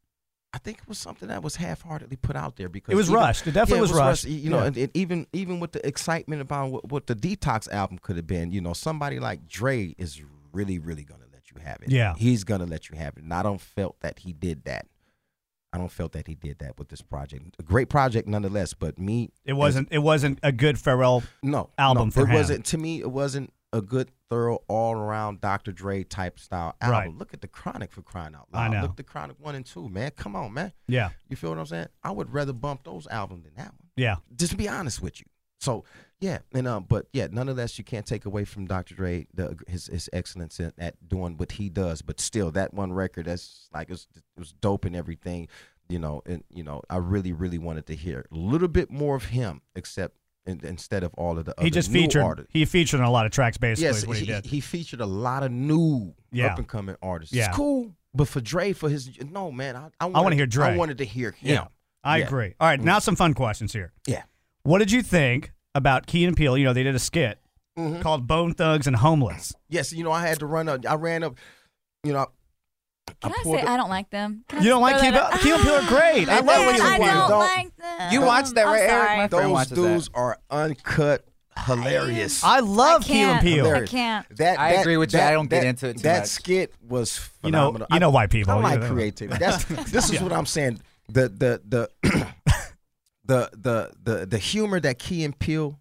Speaker 11: I think it was something that was half-heartedly put out there because
Speaker 3: was rushed. It definitely
Speaker 11: yeah,
Speaker 3: was rushed.
Speaker 11: You know,
Speaker 3: Yeah.
Speaker 11: and, and even even with the excitement about what, what the detox album could have been, you know, somebody like Dre is really really gonna let you have it.
Speaker 3: Yeah.
Speaker 11: he's gonna let you have it, and I don't felt that he did that. I don't felt that he did that with this project. A great project nonetheless, but me,
Speaker 3: It wasn't. It wasn't a good farewell
Speaker 11: no
Speaker 3: album
Speaker 11: no,
Speaker 3: for
Speaker 11: it
Speaker 3: him.
Speaker 11: wasn't to me. It wasn't a good, thorough, all around Dr. Dre type style album.
Speaker 3: Right.
Speaker 11: Look at the Chronic for crying out
Speaker 3: I
Speaker 11: loud.
Speaker 3: know.
Speaker 11: Look at the Chronic one and two, man. Come on, man.
Speaker 3: Yeah.
Speaker 11: You feel what I'm saying? I would rather bump those albums than that one.
Speaker 3: Yeah.
Speaker 11: Just to be honest with you. So yeah, and um, but yeah, nonetheless, you can't take away from Dr. Dre the, his his excellence in, at doing what he does. But still, that one record, that's like it was, it was dope and everything, you know. And you know, I really, really wanted to hear a little bit more of him, except in, instead of all of the other
Speaker 3: He just
Speaker 11: new
Speaker 3: featured.
Speaker 11: artists.
Speaker 3: He featured on a lot of tracks. Basically,
Speaker 11: Yes,
Speaker 3: is what he, did.
Speaker 11: featured a lot of new
Speaker 3: Yeah.
Speaker 11: up and coming artists.
Speaker 3: Yeah.
Speaker 11: It's cool, but for Dre, for his no man, I I,
Speaker 3: wanna
Speaker 11: wanted-
Speaker 3: hear Dre.
Speaker 11: I wanted to hear him.
Speaker 3: I
Speaker 11: Yeah. Mm-hmm.
Speaker 3: agree. All right, now some fun questions here.
Speaker 11: Yeah.
Speaker 3: What did you think about Key and Peele? You know, they did a skit
Speaker 11: Mm-hmm.
Speaker 3: called "Bone Thugs and Homeless."
Speaker 11: Yes, you know, I had to run up. I ran up. You know,
Speaker 7: Can I,
Speaker 11: pulled
Speaker 7: say
Speaker 11: it-
Speaker 7: I don't like them? Can I
Speaker 3: You don't like
Speaker 7: just throw
Speaker 3: Key
Speaker 7: that
Speaker 3: and
Speaker 7: out?
Speaker 3: Peele? Key and Peele are great. I
Speaker 7: Ah,
Speaker 3: love when
Speaker 7: man,
Speaker 3: you
Speaker 7: I
Speaker 3: avoid
Speaker 7: don't
Speaker 11: them.
Speaker 7: like them.
Speaker 4: You watched that,
Speaker 7: I'm
Speaker 4: right, Eric? My
Speaker 7: sorry.
Speaker 4: friend
Speaker 11: Oh, those
Speaker 4: watches
Speaker 11: dudes are uncut, hilarious.
Speaker 3: I love Key and
Speaker 7: can't.
Speaker 3: Peele.
Speaker 11: Hilarious.
Speaker 7: can't.
Speaker 11: That,
Speaker 4: I agree with you. I don't get into it too
Speaker 11: that
Speaker 4: much.
Speaker 11: skit was
Speaker 3: You know-
Speaker 11: phenomenal.
Speaker 3: you know
Speaker 11: I-
Speaker 3: white people,
Speaker 11: I
Speaker 3: you
Speaker 11: like
Speaker 3: know.
Speaker 11: creativity. That's,
Speaker 3: [LAUGHS]
Speaker 11: this is what I'm saying. The the the [CLEARS THROAT] the the the the humor that Key and Peele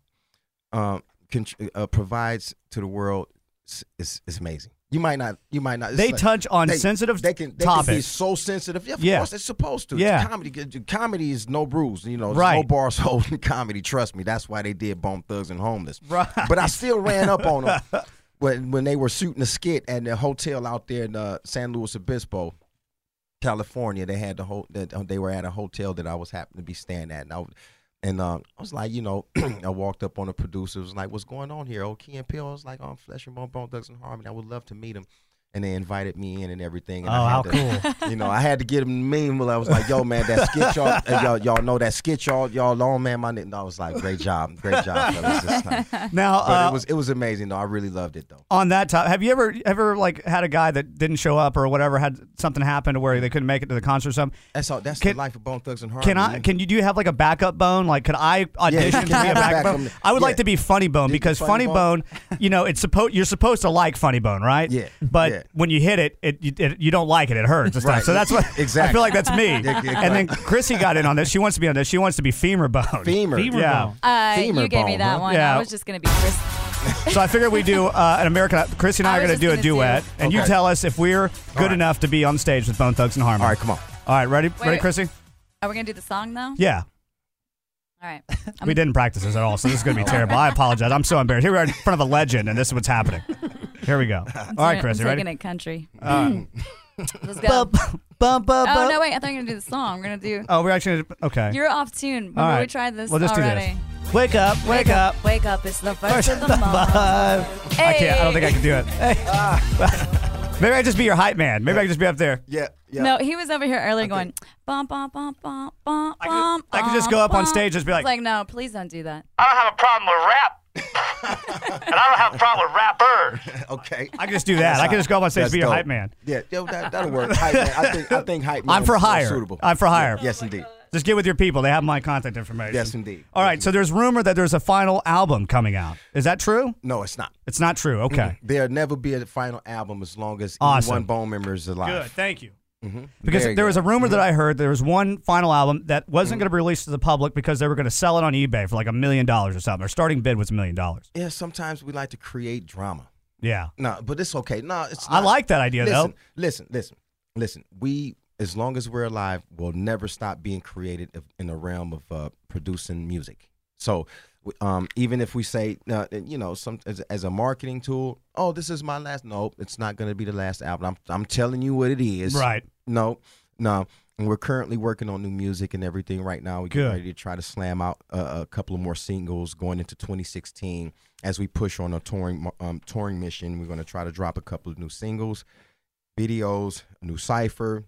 Speaker 11: um, contr- uh, provides to the world is, is, is amazing. You might not. You might not. it's
Speaker 3: They touch on sensitive
Speaker 11: They can. They can be
Speaker 3: topics.
Speaker 11: so sensitive. Yeah, of
Speaker 3: Yeah.
Speaker 11: course it's supposed to.
Speaker 3: Yeah.
Speaker 11: It's comedy. Comedy is no rules. You know, There's
Speaker 3: Right.
Speaker 11: no bars [LAUGHS] holding comedy. Trust me. That's why they did Bone Thugs and Homeless.
Speaker 3: Right.
Speaker 11: But I still ran up on them
Speaker 3: [LAUGHS]
Speaker 11: when when they were shooting a skit at the hotel out there in uh, San Luis Obispo. California. They had the whole. That uh, they were at a hotel that I was happened to be staying at, and I, w- and um, I was like, you know, [CLEARS THROAT] I walked up on the producer. Was like, what's going on here? Oh, Key and Peele. I was like, oh, I'm Flesh and Bone, Bone Thugs and Harmony. I would love to meet him. And they invited me in and everything. And
Speaker 3: Oh,
Speaker 11: I
Speaker 3: how
Speaker 11: had
Speaker 3: [LAUGHS]
Speaker 11: to, cool! [LAUGHS] You know, I had to get him mean. Well, I was like, "Yo, man, that skit
Speaker 3: [LAUGHS]
Speaker 11: y'all, uh, y'all, y'all know that skit y'all, y'all long man." My, and I was like, "Great job, great job." fellas."
Speaker 3: [LAUGHS]
Speaker 11: It's like-
Speaker 3: Now,
Speaker 11: but
Speaker 3: uh,
Speaker 11: it was, it was amazing though. I really loved it though.
Speaker 3: on that top, have you ever ever like had a guy that didn't show up or whatever had something happen to where they couldn't make it to the concert or something?
Speaker 11: That's all. That's
Speaker 3: Can-
Speaker 11: the life of Bone Thugs and Harmony.
Speaker 3: Can I? Can you? Do you have like a backup bone? Like, could I
Speaker 11: you can
Speaker 3: audition to be a
Speaker 11: have a
Speaker 3: backup
Speaker 11: backup.
Speaker 3: bone? I would like
Speaker 11: Yeah.
Speaker 3: to be Funny Bone
Speaker 11: You-
Speaker 3: because Funny
Speaker 11: Funny
Speaker 3: Bone, you know, it's supposed you're supposed to like Funny Bone, right?
Speaker 11: Yeah.
Speaker 3: But
Speaker 11: Yeah.
Speaker 3: when you hit it, it, you- it you don't like it. It hurts and stuff.
Speaker 11: Right.
Speaker 3: So that's what I
Speaker 11: [LAUGHS] Exactly.
Speaker 3: feel like that's me.
Speaker 11: Yeah, yeah,
Speaker 3: And then Chrissy got in on this. She wants to be on this. She wants to be femur bone.
Speaker 11: Femur.
Speaker 6: Femur
Speaker 3: Yeah.
Speaker 6: bone.
Speaker 7: Uh,
Speaker 11: Femur
Speaker 7: you gave me
Speaker 11: bone,
Speaker 7: that
Speaker 11: huh?
Speaker 7: one.
Speaker 3: Yeah.
Speaker 7: I was just gonna be Chris.
Speaker 3: So I figured we do uh, an American. Chrissy and I,
Speaker 7: I
Speaker 3: are
Speaker 7: was
Speaker 3: going to
Speaker 7: just
Speaker 3: do a
Speaker 7: gonna
Speaker 3: duet,
Speaker 7: do-
Speaker 3: and you
Speaker 11: Okay.
Speaker 3: tell us if we're good enough to be on stage with Bone Thugs and Harmony.
Speaker 11: All right, come on.
Speaker 3: All right, ready? ready,
Speaker 7: wait.
Speaker 3: Chrissy?
Speaker 7: Are we gonna do the song though?
Speaker 3: Yeah. [LAUGHS]
Speaker 7: All right. I'm-
Speaker 3: We didn't practice this at all, so this is going to be terrible. I apologize. I'm so embarrassed. Here we are in front of a legend, and this is what's happening. Here we [LAUGHS] go. All right,
Speaker 7: I'm
Speaker 3: Chrissy,
Speaker 7: taking
Speaker 3: ready?
Speaker 7: it country.
Speaker 3: Uh,
Speaker 7: [LAUGHS] Let's go.
Speaker 3: bum, bum,
Speaker 7: Oh no, wait! I thought you were gonna do the song. We're gonna do.
Speaker 3: Oh, we're actually okay.
Speaker 7: [LAUGHS] You're off tune. Remember
Speaker 3: all right.
Speaker 7: we tried this
Speaker 3: Well, let's
Speaker 7: already.
Speaker 3: do this. Wake up! Wake up!
Speaker 7: Wake up! It's the first
Speaker 3: First
Speaker 7: of the month.
Speaker 3: [LAUGHS] I can't. I don't think I can do it. Hey. [LAUGHS] Maybe I just be your hype man. Maybe I can just be up there.
Speaker 11: Yeah, yeah.
Speaker 7: No, he was over here earlier going bum bum bum bum bum
Speaker 3: could-
Speaker 7: bum.
Speaker 3: I could just
Speaker 7: bum,
Speaker 3: go up on
Speaker 7: bum."
Speaker 3: stage and just be
Speaker 7: I was
Speaker 3: like-
Speaker 7: like, no, please don't do that.
Speaker 8: I don't have a problem with rap. and I don't have a problem with rappers.
Speaker 11: [LAUGHS] Okay.
Speaker 3: I can just do that. I can just go up on stage and
Speaker 11: That's
Speaker 3: be your
Speaker 11: dope.
Speaker 3: hype man.
Speaker 11: Yeah, yo, that, that'll work. Hype man. I think I think hype man.
Speaker 3: [LAUGHS] I'm for
Speaker 11: is more
Speaker 3: hire.
Speaker 11: Suitable.
Speaker 3: I'm for hire.
Speaker 11: Yeah, Yes, indeed.
Speaker 3: Just get with your people. They have my contact information.
Speaker 11: Yes, indeed.
Speaker 3: All right.
Speaker 11: Yes,
Speaker 3: So there's rumor that there's a final album coming out. Is that true?
Speaker 11: No, it's not.
Speaker 3: It's
Speaker 11: Mm-hmm.
Speaker 3: not true. Okay.
Speaker 11: There'll never be a final album as long as
Speaker 3: Awesome.
Speaker 11: one Bone member is alive. Mm-hmm.
Speaker 3: Good. Thank you. Because
Speaker 4: Very
Speaker 3: there
Speaker 4: good.
Speaker 3: was a rumor that I heard there was one final album that
Speaker 11: Mm-hmm.
Speaker 3: wasn't going to be released to the public because they were going to sell it on eBay for like a million dollars or something. Our starting bid was a million dollars.
Speaker 11: Yeah, sometimes we like to create drama.
Speaker 3: Yeah.
Speaker 11: No, but it's okay. No, it's.
Speaker 3: I
Speaker 11: not.
Speaker 3: like that idea, though.
Speaker 11: listen, Listen, listen, listen. We, as long as we're alive, will never stop being created if- in the realm of uh, producing music. So, w- um, even if we say, uh, you know, some as, as a marketing tool, oh, this is my last. No, it's not going to be the last album. I'm, I'm telling you what it is.
Speaker 3: Right.
Speaker 11: No, no. And we're currently working on new music and everything right now. We're getting
Speaker 3: Good.
Speaker 11: ready to try to slam out a, a couple of more singles going into 2016 as we push on a touring um, touring mission. We're going to try to drop a couple of new singles, videos, a new cipher.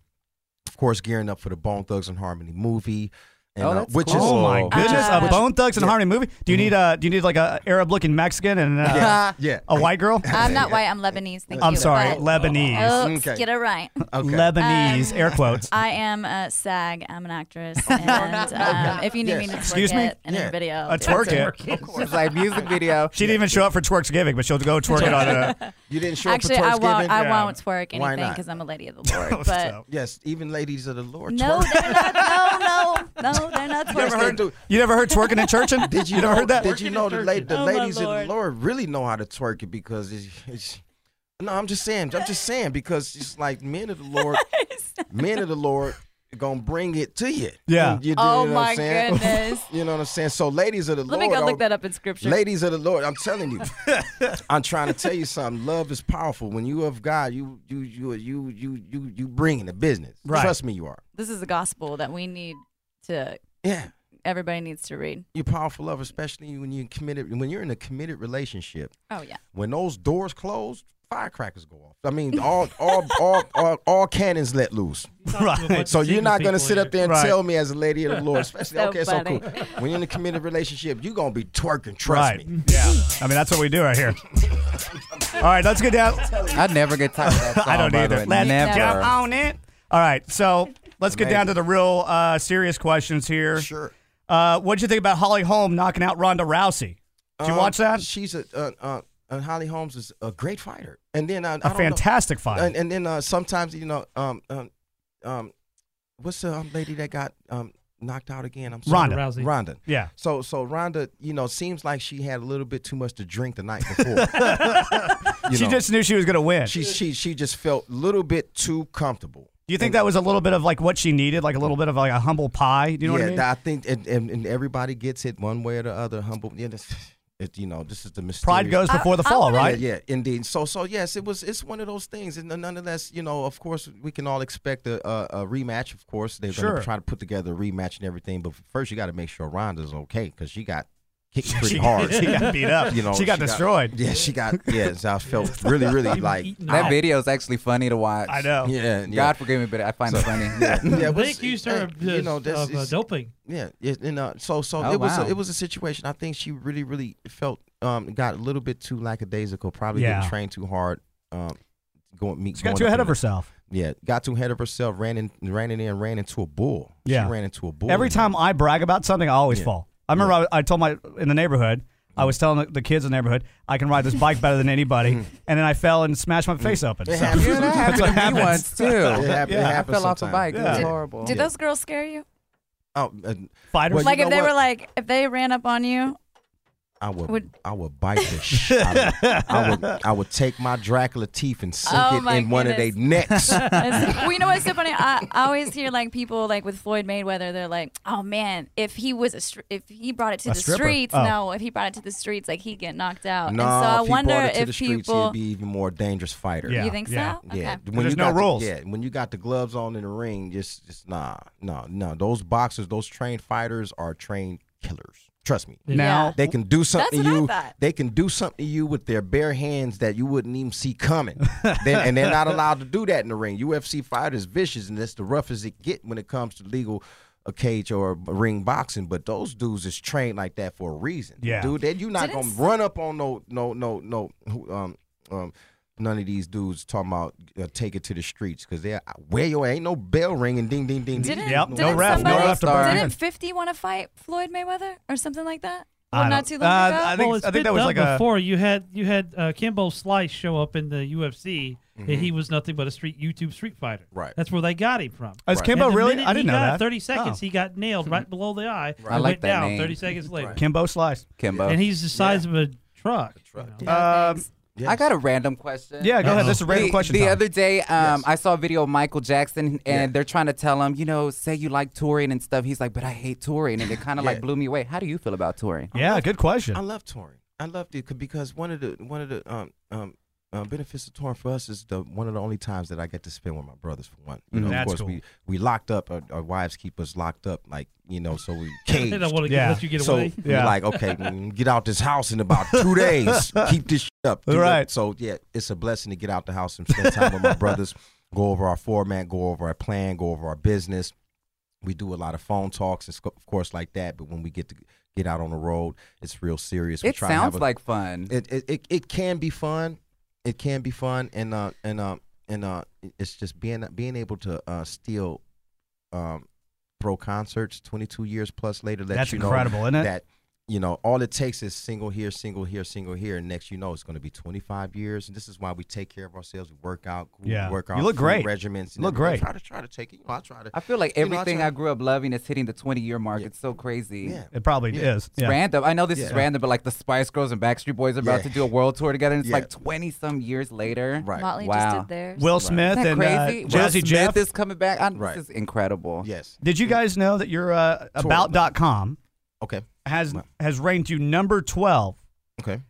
Speaker 11: Of course, gearing up for the Bone Thugs and Harmony movie. And,
Speaker 3: Oh,
Speaker 11: uh,
Speaker 3: that's
Speaker 11: which is
Speaker 3: cool. Oh, my goodness, a
Speaker 11: which- Mm-hmm.
Speaker 3: Bone Thugs and Harmony movie? Do you need a do you need like a Arab looking Mexican and uh,
Speaker 7: [LAUGHS]
Speaker 11: Yeah, yeah.
Speaker 3: a white girl?
Speaker 7: I'm not white. I'm Lebanese. Thank
Speaker 3: I'm
Speaker 7: you.
Speaker 3: sorry,
Speaker 7: but-
Speaker 3: Lebanese.
Speaker 7: Oops,
Speaker 11: Okay.
Speaker 7: get it right.
Speaker 11: [LAUGHS] Okay.
Speaker 3: Lebanese
Speaker 7: Um,
Speaker 3: air quotes.
Speaker 7: I am a SAG. I'm an actress, and um, if you need
Speaker 11: Yes.
Speaker 7: me to twerk
Speaker 3: Excuse me?
Speaker 7: it in
Speaker 11: Yeah.
Speaker 7: a video,
Speaker 3: A twerk it.
Speaker 4: It's like music video.
Speaker 3: She didn't even show up for Twerksgiving, but she'll go twerk it on a.
Speaker 11: You didn't show
Speaker 7: Actually,
Speaker 11: up
Speaker 7: I
Speaker 11: for Thanksgiving.
Speaker 7: won't. I
Speaker 3: Yeah.
Speaker 7: won't twerk
Speaker 11: Why
Speaker 7: anything
Speaker 11: not?
Speaker 7: because I'm a lady
Speaker 3: [LAUGHS]
Speaker 7: of the Lord. [LAUGHS] But
Speaker 11: Yes, even ladies of the Lord.
Speaker 7: [LAUGHS] no,
Speaker 11: [LAUGHS] twerk.
Speaker 7: they're not. No, no, no, they're not
Speaker 11: Yes,
Speaker 7: twerking.
Speaker 11: they do.
Speaker 3: You never heard twerking and churching?
Speaker 11: [LAUGHS] Did you,
Speaker 3: you never
Speaker 11: know,
Speaker 3: heard that?
Speaker 11: Did you know the, la- the
Speaker 7: Oh, my
Speaker 11: ladies in the
Speaker 7: Lord.
Speaker 11: Lord really know how to twerk it because it's, it's no, I'm just saying, I'm just saying because it's like men
Speaker 7: [LAUGHS]
Speaker 11: of the Lord, men of the Lord gonna bring it to you.
Speaker 3: Yeah.
Speaker 11: You, you
Speaker 7: Oh,
Speaker 11: know what
Speaker 7: my
Speaker 11: I'm saying? [LAUGHS]
Speaker 7: goodness.
Speaker 11: you know what I'm saying? So ladies of the Lord,
Speaker 7: Let me go
Speaker 11: are-
Speaker 7: look that up in scripture.
Speaker 11: Ladies of the Lord, I'm telling you, I'm trying to tell you something. Love is powerful. When you of God, you you you you you you you bring in the business.
Speaker 3: Right.
Speaker 11: Trust me, you are.
Speaker 7: This is the gospel that we need to.
Speaker 11: Yeah.
Speaker 7: Everybody needs to read.
Speaker 11: You're powerful love, especially when you committed when you're in a committed relationship.
Speaker 7: Oh yeah.
Speaker 11: when those doors close, firecrackers go off. I mean, all all all, all, all cannons let loose.
Speaker 3: Right.
Speaker 11: So you're not gonna sit up there and
Speaker 3: Right.
Speaker 11: tell me as a lady of the Lord, especially
Speaker 7: So
Speaker 11: okay,
Speaker 7: funny.
Speaker 11: so cool. When you're in a committed relationship, you're gonna be twerking. Trust
Speaker 3: Right. Mm-hmm.
Speaker 11: me.
Speaker 3: Yeah. I mean, that's what we do right here. All right, let's get down.
Speaker 4: I never get tired of that song.
Speaker 3: [LAUGHS] I don't
Speaker 4: by the
Speaker 3: either.
Speaker 4: way.
Speaker 3: Let's
Speaker 4: never.
Speaker 3: jump on it. All right, so let's get down to the real uh, serious questions here.
Speaker 11: Sure.
Speaker 3: Uh, what'd you think about Holly Holm knocking out Ronda Rousey? Did you
Speaker 11: Um,
Speaker 3: watch that?
Speaker 11: She's a uh, uh, uh, Holly Holmes is a great fighter, and then uh, I
Speaker 3: A
Speaker 11: don't know-
Speaker 3: fantastic fight.
Speaker 11: And, and then uh, sometimes you know, um, um, um, what's the um, lady that got um, knocked out again? I'm sorry.
Speaker 3: Ronda.
Speaker 6: Rousey.
Speaker 11: Ronda.
Speaker 3: Yeah.
Speaker 11: So so Rhonda, you know, seems like she had a little bit too much to drink the night before.
Speaker 3: [LAUGHS]
Speaker 11: You
Speaker 3: she
Speaker 11: know,
Speaker 3: just knew she was going to win.
Speaker 11: she she she just felt a little bit too comfortable.
Speaker 3: Do you think that was a little bit of like what she needed, like a little bit of like a humble pie? Do you know
Speaker 11: yeah,
Speaker 3: what I mean?
Speaker 11: I think and, and, and everybody gets it one way or the other. Humble, yeah, that's- it, you know, this is the mysterious.
Speaker 3: Pride goes before the
Speaker 7: I
Speaker 3: fall,
Speaker 7: wanna-
Speaker 3: right?
Speaker 11: Yeah, yeah, indeed. So, so yes, it was. It's one of those things, and nonetheless, you know, of course, we can all expect a, a, a rematch. Of course, they're going
Speaker 3: Sure.
Speaker 11: to try to put together a rematch and everything. But first, you got to make sure Rhonda's okay because she got kicked pretty
Speaker 3: [LAUGHS] She,
Speaker 11: hard.
Speaker 3: she got beat up.
Speaker 11: You know,
Speaker 3: she got destroyed.
Speaker 11: yeah, she got. Yeah, so I felt really,
Speaker 3: [LAUGHS]
Speaker 11: really like.
Speaker 4: That video is actually funny to watch.
Speaker 3: I know.
Speaker 11: Yeah, yeah.
Speaker 4: God forgive me, but I find it funny.
Speaker 11: [LAUGHS] yeah,
Speaker 4: [LAUGHS]
Speaker 11: yeah, it was-
Speaker 6: Big use
Speaker 11: hey,
Speaker 6: of, you know,
Speaker 11: that's-
Speaker 6: of uh,
Speaker 11: it's-
Speaker 6: doping.
Speaker 11: yeah, it, and uh, so so
Speaker 4: Oh,
Speaker 11: it was
Speaker 4: wow.
Speaker 11: a, it was a situation. I think she really really felt um got a little bit too lackadaisical. Probably
Speaker 3: Yeah.
Speaker 11: getting trained too hard. Um, going meet.
Speaker 3: She got
Speaker 11: going
Speaker 3: too
Speaker 11: up
Speaker 3: ahead
Speaker 11: in
Speaker 3: of
Speaker 11: the-
Speaker 3: herself.
Speaker 11: Yeah, got too ahead of herself. Ran in, ran in, and ran into a bull.
Speaker 3: Yeah.
Speaker 11: she ran into a bull.
Speaker 3: Every time I brag about something, I always
Speaker 11: Yeah.
Speaker 3: fall. I remember I, I told my in the neighborhood. I was telling the- the kids in the neighborhood I can ride this bike better than anybody, and then I fell and smashed my face open. So.
Speaker 11: happens.
Speaker 4: You know, that
Speaker 3: That's
Speaker 4: happened
Speaker 3: what
Speaker 4: to me
Speaker 3: happens.
Speaker 4: once too.
Speaker 11: It hap- it
Speaker 4: I
Speaker 11: happens
Speaker 4: fell off a
Speaker 11: sometime.
Speaker 4: bike. It
Speaker 3: Yeah.
Speaker 4: was
Speaker 3: Did-
Speaker 4: horrible.
Speaker 7: Did those girls scare you?
Speaker 11: Oh, uh,
Speaker 3: Fighters,
Speaker 11: Well,
Speaker 7: like
Speaker 11: you
Speaker 7: if
Speaker 11: know
Speaker 7: they
Speaker 11: what?
Speaker 7: were like, if they ran up on you,
Speaker 11: I would,
Speaker 7: Would-
Speaker 11: I would bite the shit. out of
Speaker 7: [LAUGHS]
Speaker 11: it. I would, I would take my Dracula teeth and sink
Speaker 7: Oh,
Speaker 11: it in
Speaker 7: my
Speaker 11: one of their necks.
Speaker 7: goodness. [LAUGHS] [LAUGHS] It's- well, you know what's so funny? I, I always hear like people like with Floyd Mayweather, they're like, "Oh man, if he was a str- if he brought it to
Speaker 3: A
Speaker 7: the
Speaker 3: stripper.
Speaker 7: streets,
Speaker 3: Oh.
Speaker 7: no, if he brought it to the streets, like he'd get knocked out."
Speaker 11: No,
Speaker 7: and so I
Speaker 11: if he
Speaker 7: wonder
Speaker 11: brought it to
Speaker 7: if
Speaker 11: the streets,
Speaker 7: people,
Speaker 11: he'd be even more dangerous fighter.
Speaker 3: Yeah.
Speaker 7: you think
Speaker 3: yeah,
Speaker 7: so?
Speaker 11: Yeah,
Speaker 7: Okay.
Speaker 3: There's
Speaker 11: you
Speaker 3: no
Speaker 11: got the-
Speaker 3: rules.
Speaker 11: yeah, when you got the gloves on in the ring, just, just nah, no, no. Those boxers, those trained fighters are trained killers. Trust me.
Speaker 3: Now,
Speaker 11: They can do something
Speaker 7: what I
Speaker 11: to you.
Speaker 7: thought.
Speaker 11: They can do something to you with their bare hands that you wouldn't even see coming. They- and they're not allowed to do that in the ring. UFC fighters vicious, and that's the roughest it get when it comes to legal. A cage or ring boxing, but those dudes is trained like that for a reason.
Speaker 3: Yeah.
Speaker 11: dude, that you not
Speaker 7: Didn't
Speaker 11: gonna
Speaker 7: s-
Speaker 11: run up on no no no no who, um um none of these dudes talking about uh, take it to the streets because they where your ain't no bell ring and ding ding ding. ding.
Speaker 7: Didn't,
Speaker 3: Yep, no
Speaker 7: didn't
Speaker 3: ref, no
Speaker 7: somebody,
Speaker 3: ref to burn.
Speaker 7: Didn't 50 want to fight Floyd Mayweather or something like that?
Speaker 3: I
Speaker 7: Well,
Speaker 3: don't-
Speaker 7: not too long
Speaker 3: uh,
Speaker 7: ago.
Speaker 3: I think-
Speaker 6: well, it's
Speaker 3: I think
Speaker 6: been
Speaker 3: that was
Speaker 6: done
Speaker 3: like a-
Speaker 6: before. You had you had uh, Kimbo Slice show up in the UFC that he was nothing but a street YouTube street fighter.
Speaker 11: Right.
Speaker 6: That's where they got him from.
Speaker 3: Oh, it's
Speaker 6: Right.
Speaker 3: Kimbo,
Speaker 6: And the
Speaker 3: really?
Speaker 6: minute
Speaker 3: I
Speaker 6: he
Speaker 3: didn't know
Speaker 6: got
Speaker 3: that. Oh.
Speaker 6: 30 seconds, he got nailed right below the eye.
Speaker 4: I
Speaker 6: and
Speaker 4: like
Speaker 6: went
Speaker 4: that
Speaker 6: down
Speaker 4: name.
Speaker 6: 30 seconds later.
Speaker 3: Kimbo Slice.
Speaker 4: Kimbo.
Speaker 6: And he's the size of a truck.
Speaker 4: Um, I got a random question. Uh-huh.
Speaker 3: Yeah, go ahead. This is a random
Speaker 4: the,
Speaker 3: question
Speaker 4: The
Speaker 3: time.
Speaker 4: other day, um, I saw a video of Michael Jackson, and they're trying to tell him, you know, say you like touring and stuff. He's like, but I hate touring, and it kind of
Speaker 11: Yeah.
Speaker 4: like blew me away. How do you feel about touring?
Speaker 3: Yeah, good question.
Speaker 11: I love touring. I loved it c- because one of the one of the um um. Uh, benefits of touring for us is the one of the only times that I get to spend with my brothers. For one, you
Speaker 3: Mhm.
Speaker 11: know,
Speaker 3: That's
Speaker 11: of course
Speaker 3: cool.
Speaker 11: we we locked up. Our, our wives keep us locked up, like you know, so we caged.
Speaker 6: They don't want to
Speaker 3: Yeah.
Speaker 6: let you get
Speaker 11: so
Speaker 6: away.
Speaker 11: we're
Speaker 3: Yeah.
Speaker 11: like,
Speaker 6: [LAUGHS]
Speaker 11: okay, mm, get out this house in about two days. Keep this shit up. Do
Speaker 3: Right.
Speaker 11: that. So yeah, it's a blessing to get out the house and spend time with my
Speaker 6: [LAUGHS]
Speaker 11: brothers. Go over our format, go over our plan, go over our business. We do a lot of phone talks, and sc- of course, like that. But when we get to get out on the road, it's real serious. We
Speaker 4: It
Speaker 11: try to have
Speaker 4: sounds
Speaker 11: a-
Speaker 4: like fun.
Speaker 11: it, it it it can be fun. It can be fun, and uh and uh and uh it's just being being able to uh still um throw concerts twenty two years plus later. That
Speaker 3: That's
Speaker 11: you
Speaker 3: incredible,
Speaker 11: know
Speaker 3: isn't it?
Speaker 11: That you know all it takes is single here, single here, single here, and next you know it's going to be twenty five years, and this is why we take care of ourselves. We work out, we
Speaker 3: Yeah.
Speaker 11: work
Speaker 3: You
Speaker 11: out.
Speaker 3: look great.
Speaker 11: Regiments,
Speaker 3: Look great.
Speaker 11: Try to try to take it. You know, I try to.
Speaker 4: I feel like
Speaker 11: you know, I
Speaker 4: everything
Speaker 11: try-
Speaker 4: I grew up loving is hitting the 20 year mark.
Speaker 11: Yeah.
Speaker 4: It's so crazy.
Speaker 11: yeah.
Speaker 3: It probably
Speaker 11: Yeah.
Speaker 3: is.
Speaker 4: It's
Speaker 3: Yeah.
Speaker 4: random. I know this is
Speaker 11: Yeah.
Speaker 4: random, but like the Spice Girls and Backstreet Boys are about
Speaker 11: Yeah.
Speaker 4: to do a world tour together, and it's
Speaker 11: Yeah.
Speaker 4: like 20 some years later.
Speaker 11: Right.
Speaker 7: Motley just
Speaker 4: Wow.
Speaker 7: did theirs.
Speaker 3: Will Smith
Speaker 4: Isn't that
Speaker 3: and uh,
Speaker 4: crazy? Will
Speaker 3: Jazzy
Speaker 4: Smith
Speaker 3: Jeff.
Speaker 4: is coming back. I-
Speaker 11: Right.
Speaker 4: This is incredible.
Speaker 11: Yes.
Speaker 3: Did you guys know that your uh, about.com
Speaker 11: Okay.
Speaker 3: has has ranked you number 12
Speaker 11: Okay.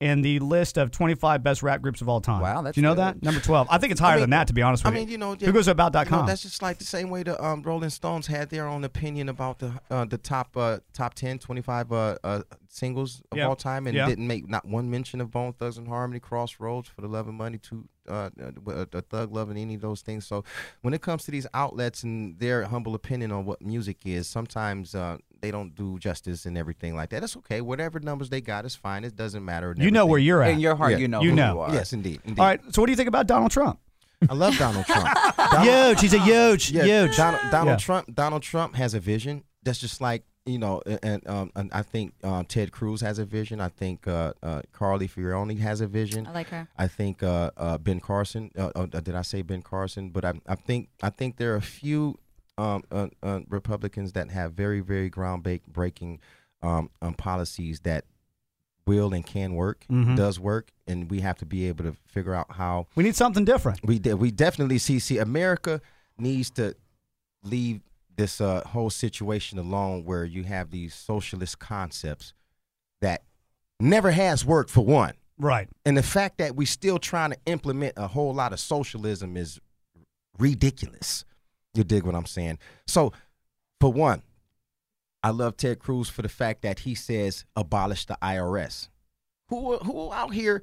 Speaker 3: in the list of 25 best rap groups of all time.
Speaker 4: Wow,
Speaker 3: Do
Speaker 4: that's
Speaker 3: you know
Speaker 4: good.
Speaker 3: that? Number 12. I think it's higher
Speaker 11: mean-
Speaker 3: than that to be honest
Speaker 11: I
Speaker 3: with
Speaker 11: mean, you know,
Speaker 3: Who goes to about.com?
Speaker 11: You know, that's just like the same way the um, Rolling Stones had their own opinion about the uh, the top uh, top 10, 25 uh, uh, singles of
Speaker 3: Yeah.
Speaker 11: all time, and
Speaker 3: Yeah.
Speaker 11: didn't make not one mention of Bone Thugs and Harmony, Crossroads, For the Love and Money, to uh, uh, uh, Thug Love, and any of those things. So when it comes to these outlets and their humble opinion on what music is, sometimes. Uh, they don't do justice and everything like that. It's okay. Whatever numbers they got is fine. It doesn't matter. and
Speaker 3: you know where
Speaker 11: everything.
Speaker 3: you're at.
Speaker 4: In your heart,
Speaker 11: Yeah.
Speaker 4: you know
Speaker 3: You
Speaker 4: who
Speaker 3: know.
Speaker 4: you are.
Speaker 11: Yes, indeed. indeed.
Speaker 3: all right. So what do you think about Donald Trump?
Speaker 11: I love Donald
Speaker 3: [LAUGHS]
Speaker 11: Trump. Donald-
Speaker 3: Huge. He's a huge,
Speaker 11: yeah, Donald, Donald
Speaker 3: Yeah.
Speaker 11: Trump. Donald Trump has a vision that's just like you know, and, and, um, and I think um, Ted Cruz has a vision. I think uh, uh, Carly Fioroni has a vision.
Speaker 7: I like her.
Speaker 11: I think uh, uh, Ben Carson. Uh, uh, did I say Ben Carson? But I, I think I think there are a few um, uh, uh, Republicans that have very very groundbreaking um, um, policies that will and can work, does work, and we have to be able to figure out how
Speaker 3: We need something different.
Speaker 11: we de- we definitely see see America needs to leave this uh, whole situation alone where you have these socialist concepts that never has worked for one.
Speaker 3: Right.
Speaker 11: And the fact that we still trying to implement a whole lot of socialism is ridiculous. You dig what I'm saying? So, for one, I love Ted Cruz for the fact that he says abolish the IRS. Who who out here?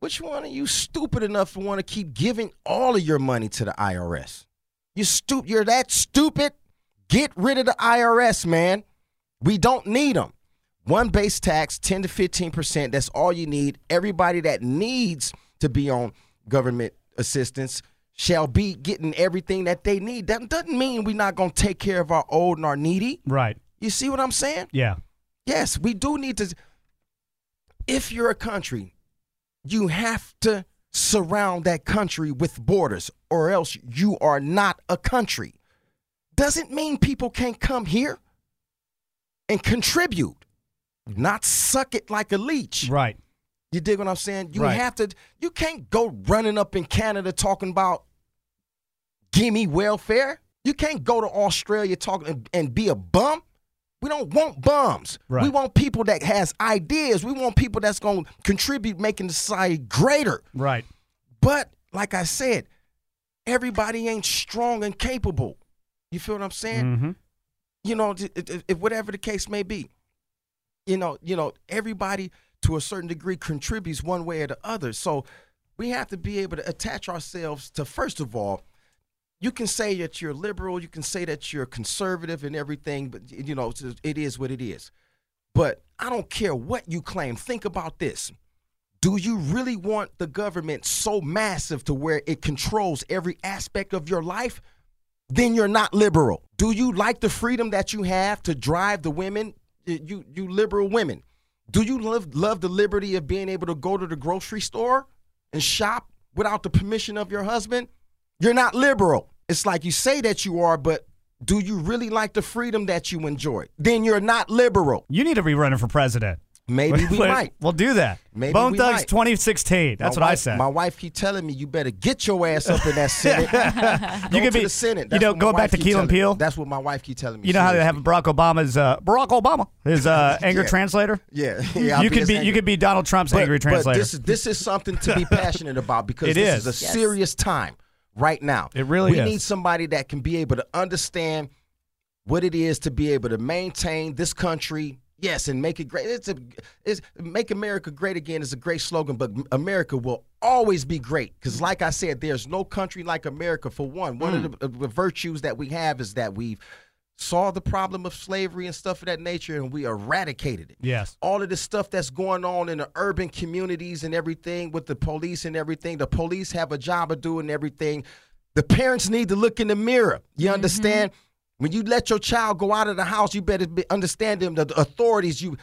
Speaker 11: Which one of you stupid enough to want to keep giving all of your money to the IRS? You stupid. You're that stupid. Get rid of the IRS, man. We don't need them. One base tax, 10 to 15%. That's all you need. Everybody that needs to be on government assistance shall be getting everything that they need. That doesn't mean we're not going to take care of our old and our needy.
Speaker 3: Right.
Speaker 11: You see what I'm saying?
Speaker 3: Yeah.
Speaker 11: Yes, we do need to. If you're a country, you have to surround that country with borders, or else you are not a country. Doesn't mean people can't come here and contribute, not suck it like a leech.
Speaker 3: Right.
Speaker 11: You dig what I'm saying? You
Speaker 3: Right.
Speaker 11: have to. You can't go running up in Canada talking about gimme welfare. You can't go to Australia talking and, and be a bum. We don't want bums. We
Speaker 3: Right.
Speaker 11: want people that has ideas. We want people that's going to contribute making the society greater.
Speaker 3: Right.
Speaker 11: But like I said, everybody ain't strong and capable. You feel what I'm saying?
Speaker 3: Mhm.
Speaker 11: you know, t- it- it- it- whatever the case may be, you know, you know, everybody to a certain degree contributes one way or the other. So we have to be able to attach ourselves to first of all. You can say that you're liberal, you can say that you're conservative and everything, but y- you know, it's just- it is what it is. But I don't care what you claim. Think about this. Do you really want the government so massive to where it controls every aspect of your life? then you're not liberal. Do you like the freedom that you have to drive the women, you you liberal women? Do you love love the liberty of being able to go to the grocery store and shop without the permission of your husband, you're not liberal. It's like you say that you are, but do you really like the freedom that you enjoy? Then you're not liberal.
Speaker 3: You need to be running for president.
Speaker 11: Maybe
Speaker 3: [LAUGHS]
Speaker 11: we might.
Speaker 3: We'll do that.
Speaker 11: Maybe
Speaker 3: Bone
Speaker 11: we
Speaker 3: Thugs
Speaker 11: might.
Speaker 3: 2016. That's
Speaker 11: My
Speaker 3: what I
Speaker 11: wife-
Speaker 3: said.
Speaker 11: My wife keep telling me you better get your ass up in that Senate. Go
Speaker 3: could
Speaker 11: to
Speaker 3: be-
Speaker 11: the Senate.
Speaker 3: [LAUGHS] you know,
Speaker 11: what my
Speaker 3: going back
Speaker 11: wife
Speaker 3: to
Speaker 11: keep
Speaker 3: Keel and
Speaker 11: telling me.
Speaker 3: Peele?
Speaker 11: That's what my wife keep telling me.
Speaker 3: you know how they have
Speaker 11: seriously.
Speaker 3: Barack Obama's uh, Barack Obama, his uh,
Speaker 11: [LAUGHS]
Speaker 3: anger
Speaker 11: Yeah.
Speaker 3: translator.
Speaker 11: Yeah, [LAUGHS] yeah, I'll
Speaker 3: you
Speaker 11: be
Speaker 3: could
Speaker 11: his
Speaker 3: be
Speaker 11: anger-
Speaker 3: you could be Donald Trump's angry
Speaker 11: But
Speaker 3: translator.
Speaker 11: this, is- this is something to
Speaker 3: [LAUGHS]
Speaker 11: be passionate about because
Speaker 3: It
Speaker 11: this
Speaker 3: is.
Speaker 11: is, a
Speaker 3: Yes.
Speaker 11: serious time right now.
Speaker 3: It really
Speaker 11: we
Speaker 3: is.
Speaker 11: need somebody that can be able to understand what it is to be able to maintain this country. Yes, and make it great. It's a, it's make America great again is a great slogan, but America will always be great because, like I said, there's no country like America. For one, one
Speaker 3: Hmm.
Speaker 11: of the, the virtues that we have is that we've solved the problem of slavery and stuff of that nature, and we eradicated it
Speaker 3: yes.
Speaker 11: all of this stuff that's going on in the urban communities and everything with the police and everything. The police have a job of doing everything. The parents need to look in the mirror. You
Speaker 3: Mm-hmm.
Speaker 11: understand? When you let your child go out of the house, you better be, understand them. The, the authorities, you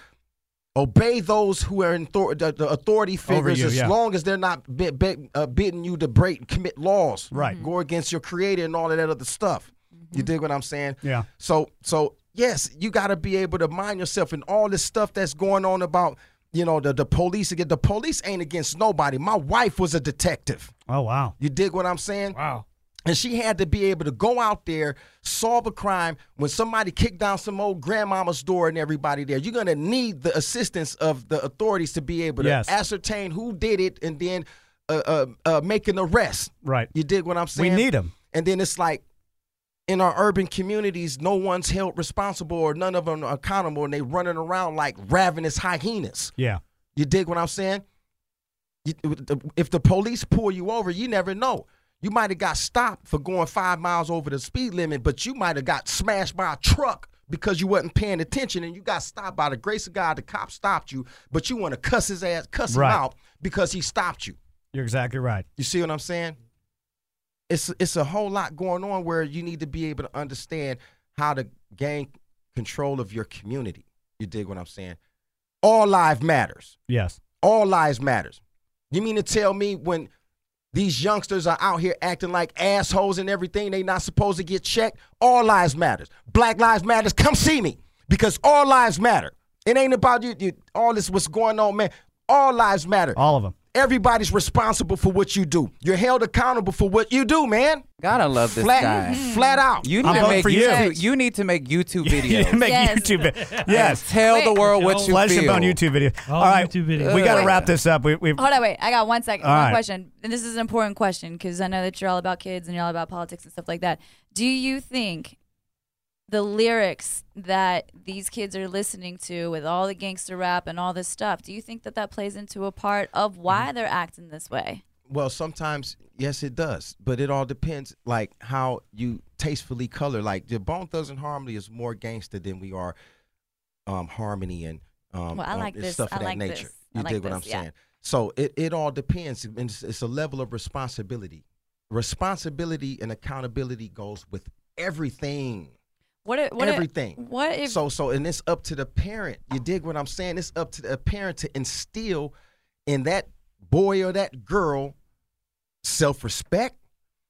Speaker 11: obey those who are in thor- the, the authority
Speaker 3: Over
Speaker 11: figures
Speaker 3: you,
Speaker 11: as
Speaker 3: yeah.
Speaker 11: long as they're not be- be- uh, bidding you to break commit laws,
Speaker 3: Right. Mm-hmm.
Speaker 11: Go against your creator and all of that other stuff. You dig what I'm saying?
Speaker 3: Yeah.
Speaker 11: So so yes, you got to be able to mind yourself and all this stuff that's going on about you know the the police again. The police ain't against nobody. My wife was a detective.
Speaker 3: Oh wow.
Speaker 11: You dig what I'm saying?
Speaker 3: Wow.
Speaker 11: And she had to be able to go out there, solve a crime. When somebody kicked down some old grandmama's door and everybody there, you're gonna need the assistance of the authorities to be able to
Speaker 3: Yes.
Speaker 11: ascertain who did it and then uh, uh, uh, make an arrest.
Speaker 3: Right.
Speaker 11: You dig what I'm
Speaker 3: We
Speaker 11: saying?
Speaker 3: need him.
Speaker 11: And then it's like in our urban communities, no one's held responsible or none of them are accountable, and they running around like ravenous hyenas.
Speaker 3: Yeah.
Speaker 11: You dig what I'm saying? You- if the police pull you over, you never know. You might have got stopped for going five miles over the speed limit, but you might have got smashed by a truck because you wasn't paying attention and you got stopped by the grace of God. The cop stopped you, but you want to cuss his ass, cuss
Speaker 3: Right.
Speaker 11: him out because he stopped you.
Speaker 3: You're exactly right.
Speaker 11: You see what I'm saying? It's it's a whole lot going on where you need to be able to understand how to gain control of your community. You dig what I'm saying? All life matters.
Speaker 3: Yes.
Speaker 11: All lives matters. You mean to tell me when these youngsters are out here acting like assholes and everything, they not supposed to get checked? All lives matters. Black lives matters. Come see me because all lives matter. It ain't about you. you all this what's going on, man. All lives matter.
Speaker 3: All of them.
Speaker 11: Everybody's responsible for what you do. You're held accountable for what you do, man.
Speaker 4: God, I love this
Speaker 11: Flat, Mm-hmm.
Speaker 4: guy.
Speaker 11: flat out.
Speaker 4: You
Speaker 3: I'm
Speaker 4: need to
Speaker 3: voting
Speaker 4: make
Speaker 3: for you.
Speaker 4: YouTube. You need to make
Speaker 3: [LAUGHS]
Speaker 4: YouTube
Speaker 3: [LAUGHS] You
Speaker 4: videos.
Speaker 3: make
Speaker 7: Yes.
Speaker 11: [LAUGHS]
Speaker 3: YouTube. vi- Yes.
Speaker 4: Tell the world what you
Speaker 3: Flesh
Speaker 4: feel.
Speaker 3: and bone YouTube video.
Speaker 6: Oh,
Speaker 3: All right.
Speaker 6: YouTube video.
Speaker 3: We got to
Speaker 6: Wait.
Speaker 3: wrap this up. We, we've
Speaker 7: Hold on, wait. I got one second.
Speaker 3: All
Speaker 7: one
Speaker 3: right.
Speaker 7: question. And this is an important question because I know that you're all about kids and you're all about politics and stuff like that. Do you think the lyrics that these kids are listening to with all the gangster rap and all this stuff, do you think that that plays into a part of
Speaker 11: Mm-hmm.
Speaker 7: why they're acting this way?
Speaker 11: Well, sometimes yes, it does, but it all depends like how you tastefully color. Like the Bone Thugs and Harmony is more gangster than we are um, harmony and um,
Speaker 7: Well, I
Speaker 11: um,
Speaker 7: like
Speaker 11: and
Speaker 7: this.
Speaker 11: stuff
Speaker 7: I
Speaker 11: of that
Speaker 7: like
Speaker 11: nature.
Speaker 7: this. I
Speaker 11: You
Speaker 7: like
Speaker 11: dig what I'm
Speaker 7: this, yeah.
Speaker 11: saying? So it, it all depends. and It's, it's a level of responsibility. Responsibility and accountability goes with everything.
Speaker 7: What if, what if-
Speaker 11: everything.
Speaker 7: what if
Speaker 11: so so and it's up to the parent. You dig what I'm saying? It's up to the parent to instill in that boy or that girl self-respect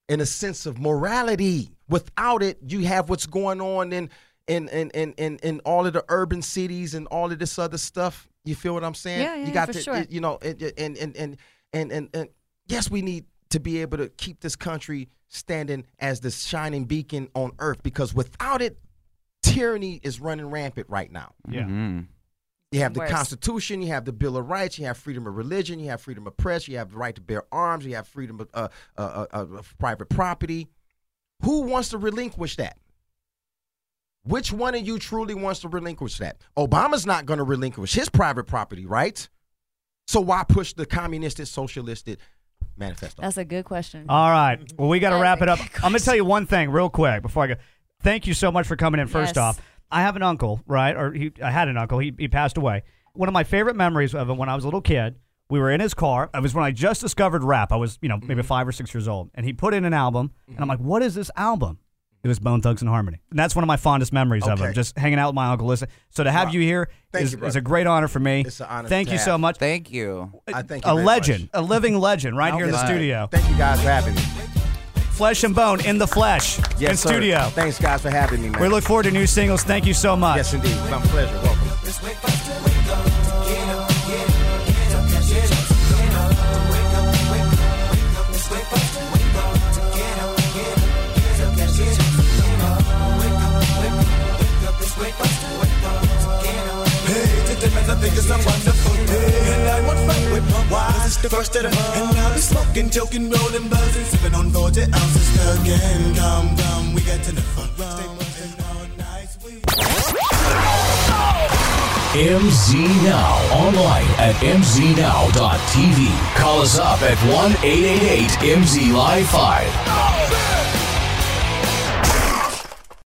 Speaker 11: and a sense of morality. Without it, you have what's going on in in in in in, in all of the urban cities and all of this other stuff. You feel what I'm saying?
Speaker 7: Yeah, yeah,
Speaker 11: you
Speaker 7: yeah,
Speaker 11: got
Speaker 7: for
Speaker 11: to
Speaker 7: sure.
Speaker 11: you know and and and and and and, and yes, we need to be able to keep this country standing as this shining beacon on earth because without it tyranny is running rampant right now.
Speaker 3: Yeah.
Speaker 11: You have the
Speaker 7: Worse.
Speaker 11: Constitution, you have the Bill of Rights, you have freedom of religion, you have freedom of press, you have the right to bear arms, you have freedom of, uh, uh, uh, of private property. Who wants to relinquish that? Which one of you truly wants to relinquish that? Obama's not going to relinquish his private property rights. So why push the communistic, socialistic manifesto?
Speaker 7: That's a good question.
Speaker 3: All right. Well, we got to
Speaker 7: That's
Speaker 3: wrap
Speaker 7: a
Speaker 3: it up.
Speaker 7: good
Speaker 3: I'm going to tell you one thing real quick before I go. Thank you so much for coming in. First
Speaker 7: Yes.
Speaker 3: off, I have an uncle, right? Or he, I had an uncle. He, he passed away. One of my favorite memories of it when I was a little kid, we were in his car. It was when I just
Speaker 11: Mm-hmm.
Speaker 3: discovered rap. I was, you know, maybe five or six years old. And he put in an album. And I'm like, what is this album? It was Bone Thugs and Harmony. And that's one of my fondest memories of
Speaker 11: Okay.
Speaker 3: him, just hanging out with my uncle. Listen, so to have
Speaker 11: Wow.
Speaker 3: you here
Speaker 11: Thank
Speaker 3: is,
Speaker 11: you,
Speaker 3: is
Speaker 11: brother.
Speaker 3: a great honor for me.
Speaker 11: It's an honor
Speaker 3: Thank
Speaker 11: to
Speaker 3: you
Speaker 11: have.
Speaker 3: so much.
Speaker 4: Thank you.
Speaker 11: I thank you
Speaker 3: a
Speaker 11: very
Speaker 3: legend,
Speaker 11: much.
Speaker 3: a living legend, right here in the
Speaker 11: Okay.
Speaker 3: studio.
Speaker 11: Thank you guys for having me.
Speaker 3: Flesh and Bone in the flesh
Speaker 11: Yes,
Speaker 3: in
Speaker 11: sir.
Speaker 3: studio.
Speaker 11: Thanks, guys, for having me, man.
Speaker 3: We look forward to new singles. Thank you so much.
Speaker 11: Yes, indeed. My pleasure. Welcome.
Speaker 12: This is the first of the month. And I'll be smoking, joking, rolling, buzzing, sipping on 40 ounces again. Come, come, we got to the fun.
Speaker 2: MZ Now. Online at mznow.tv. Call us up at 1 888 MZ Live 5.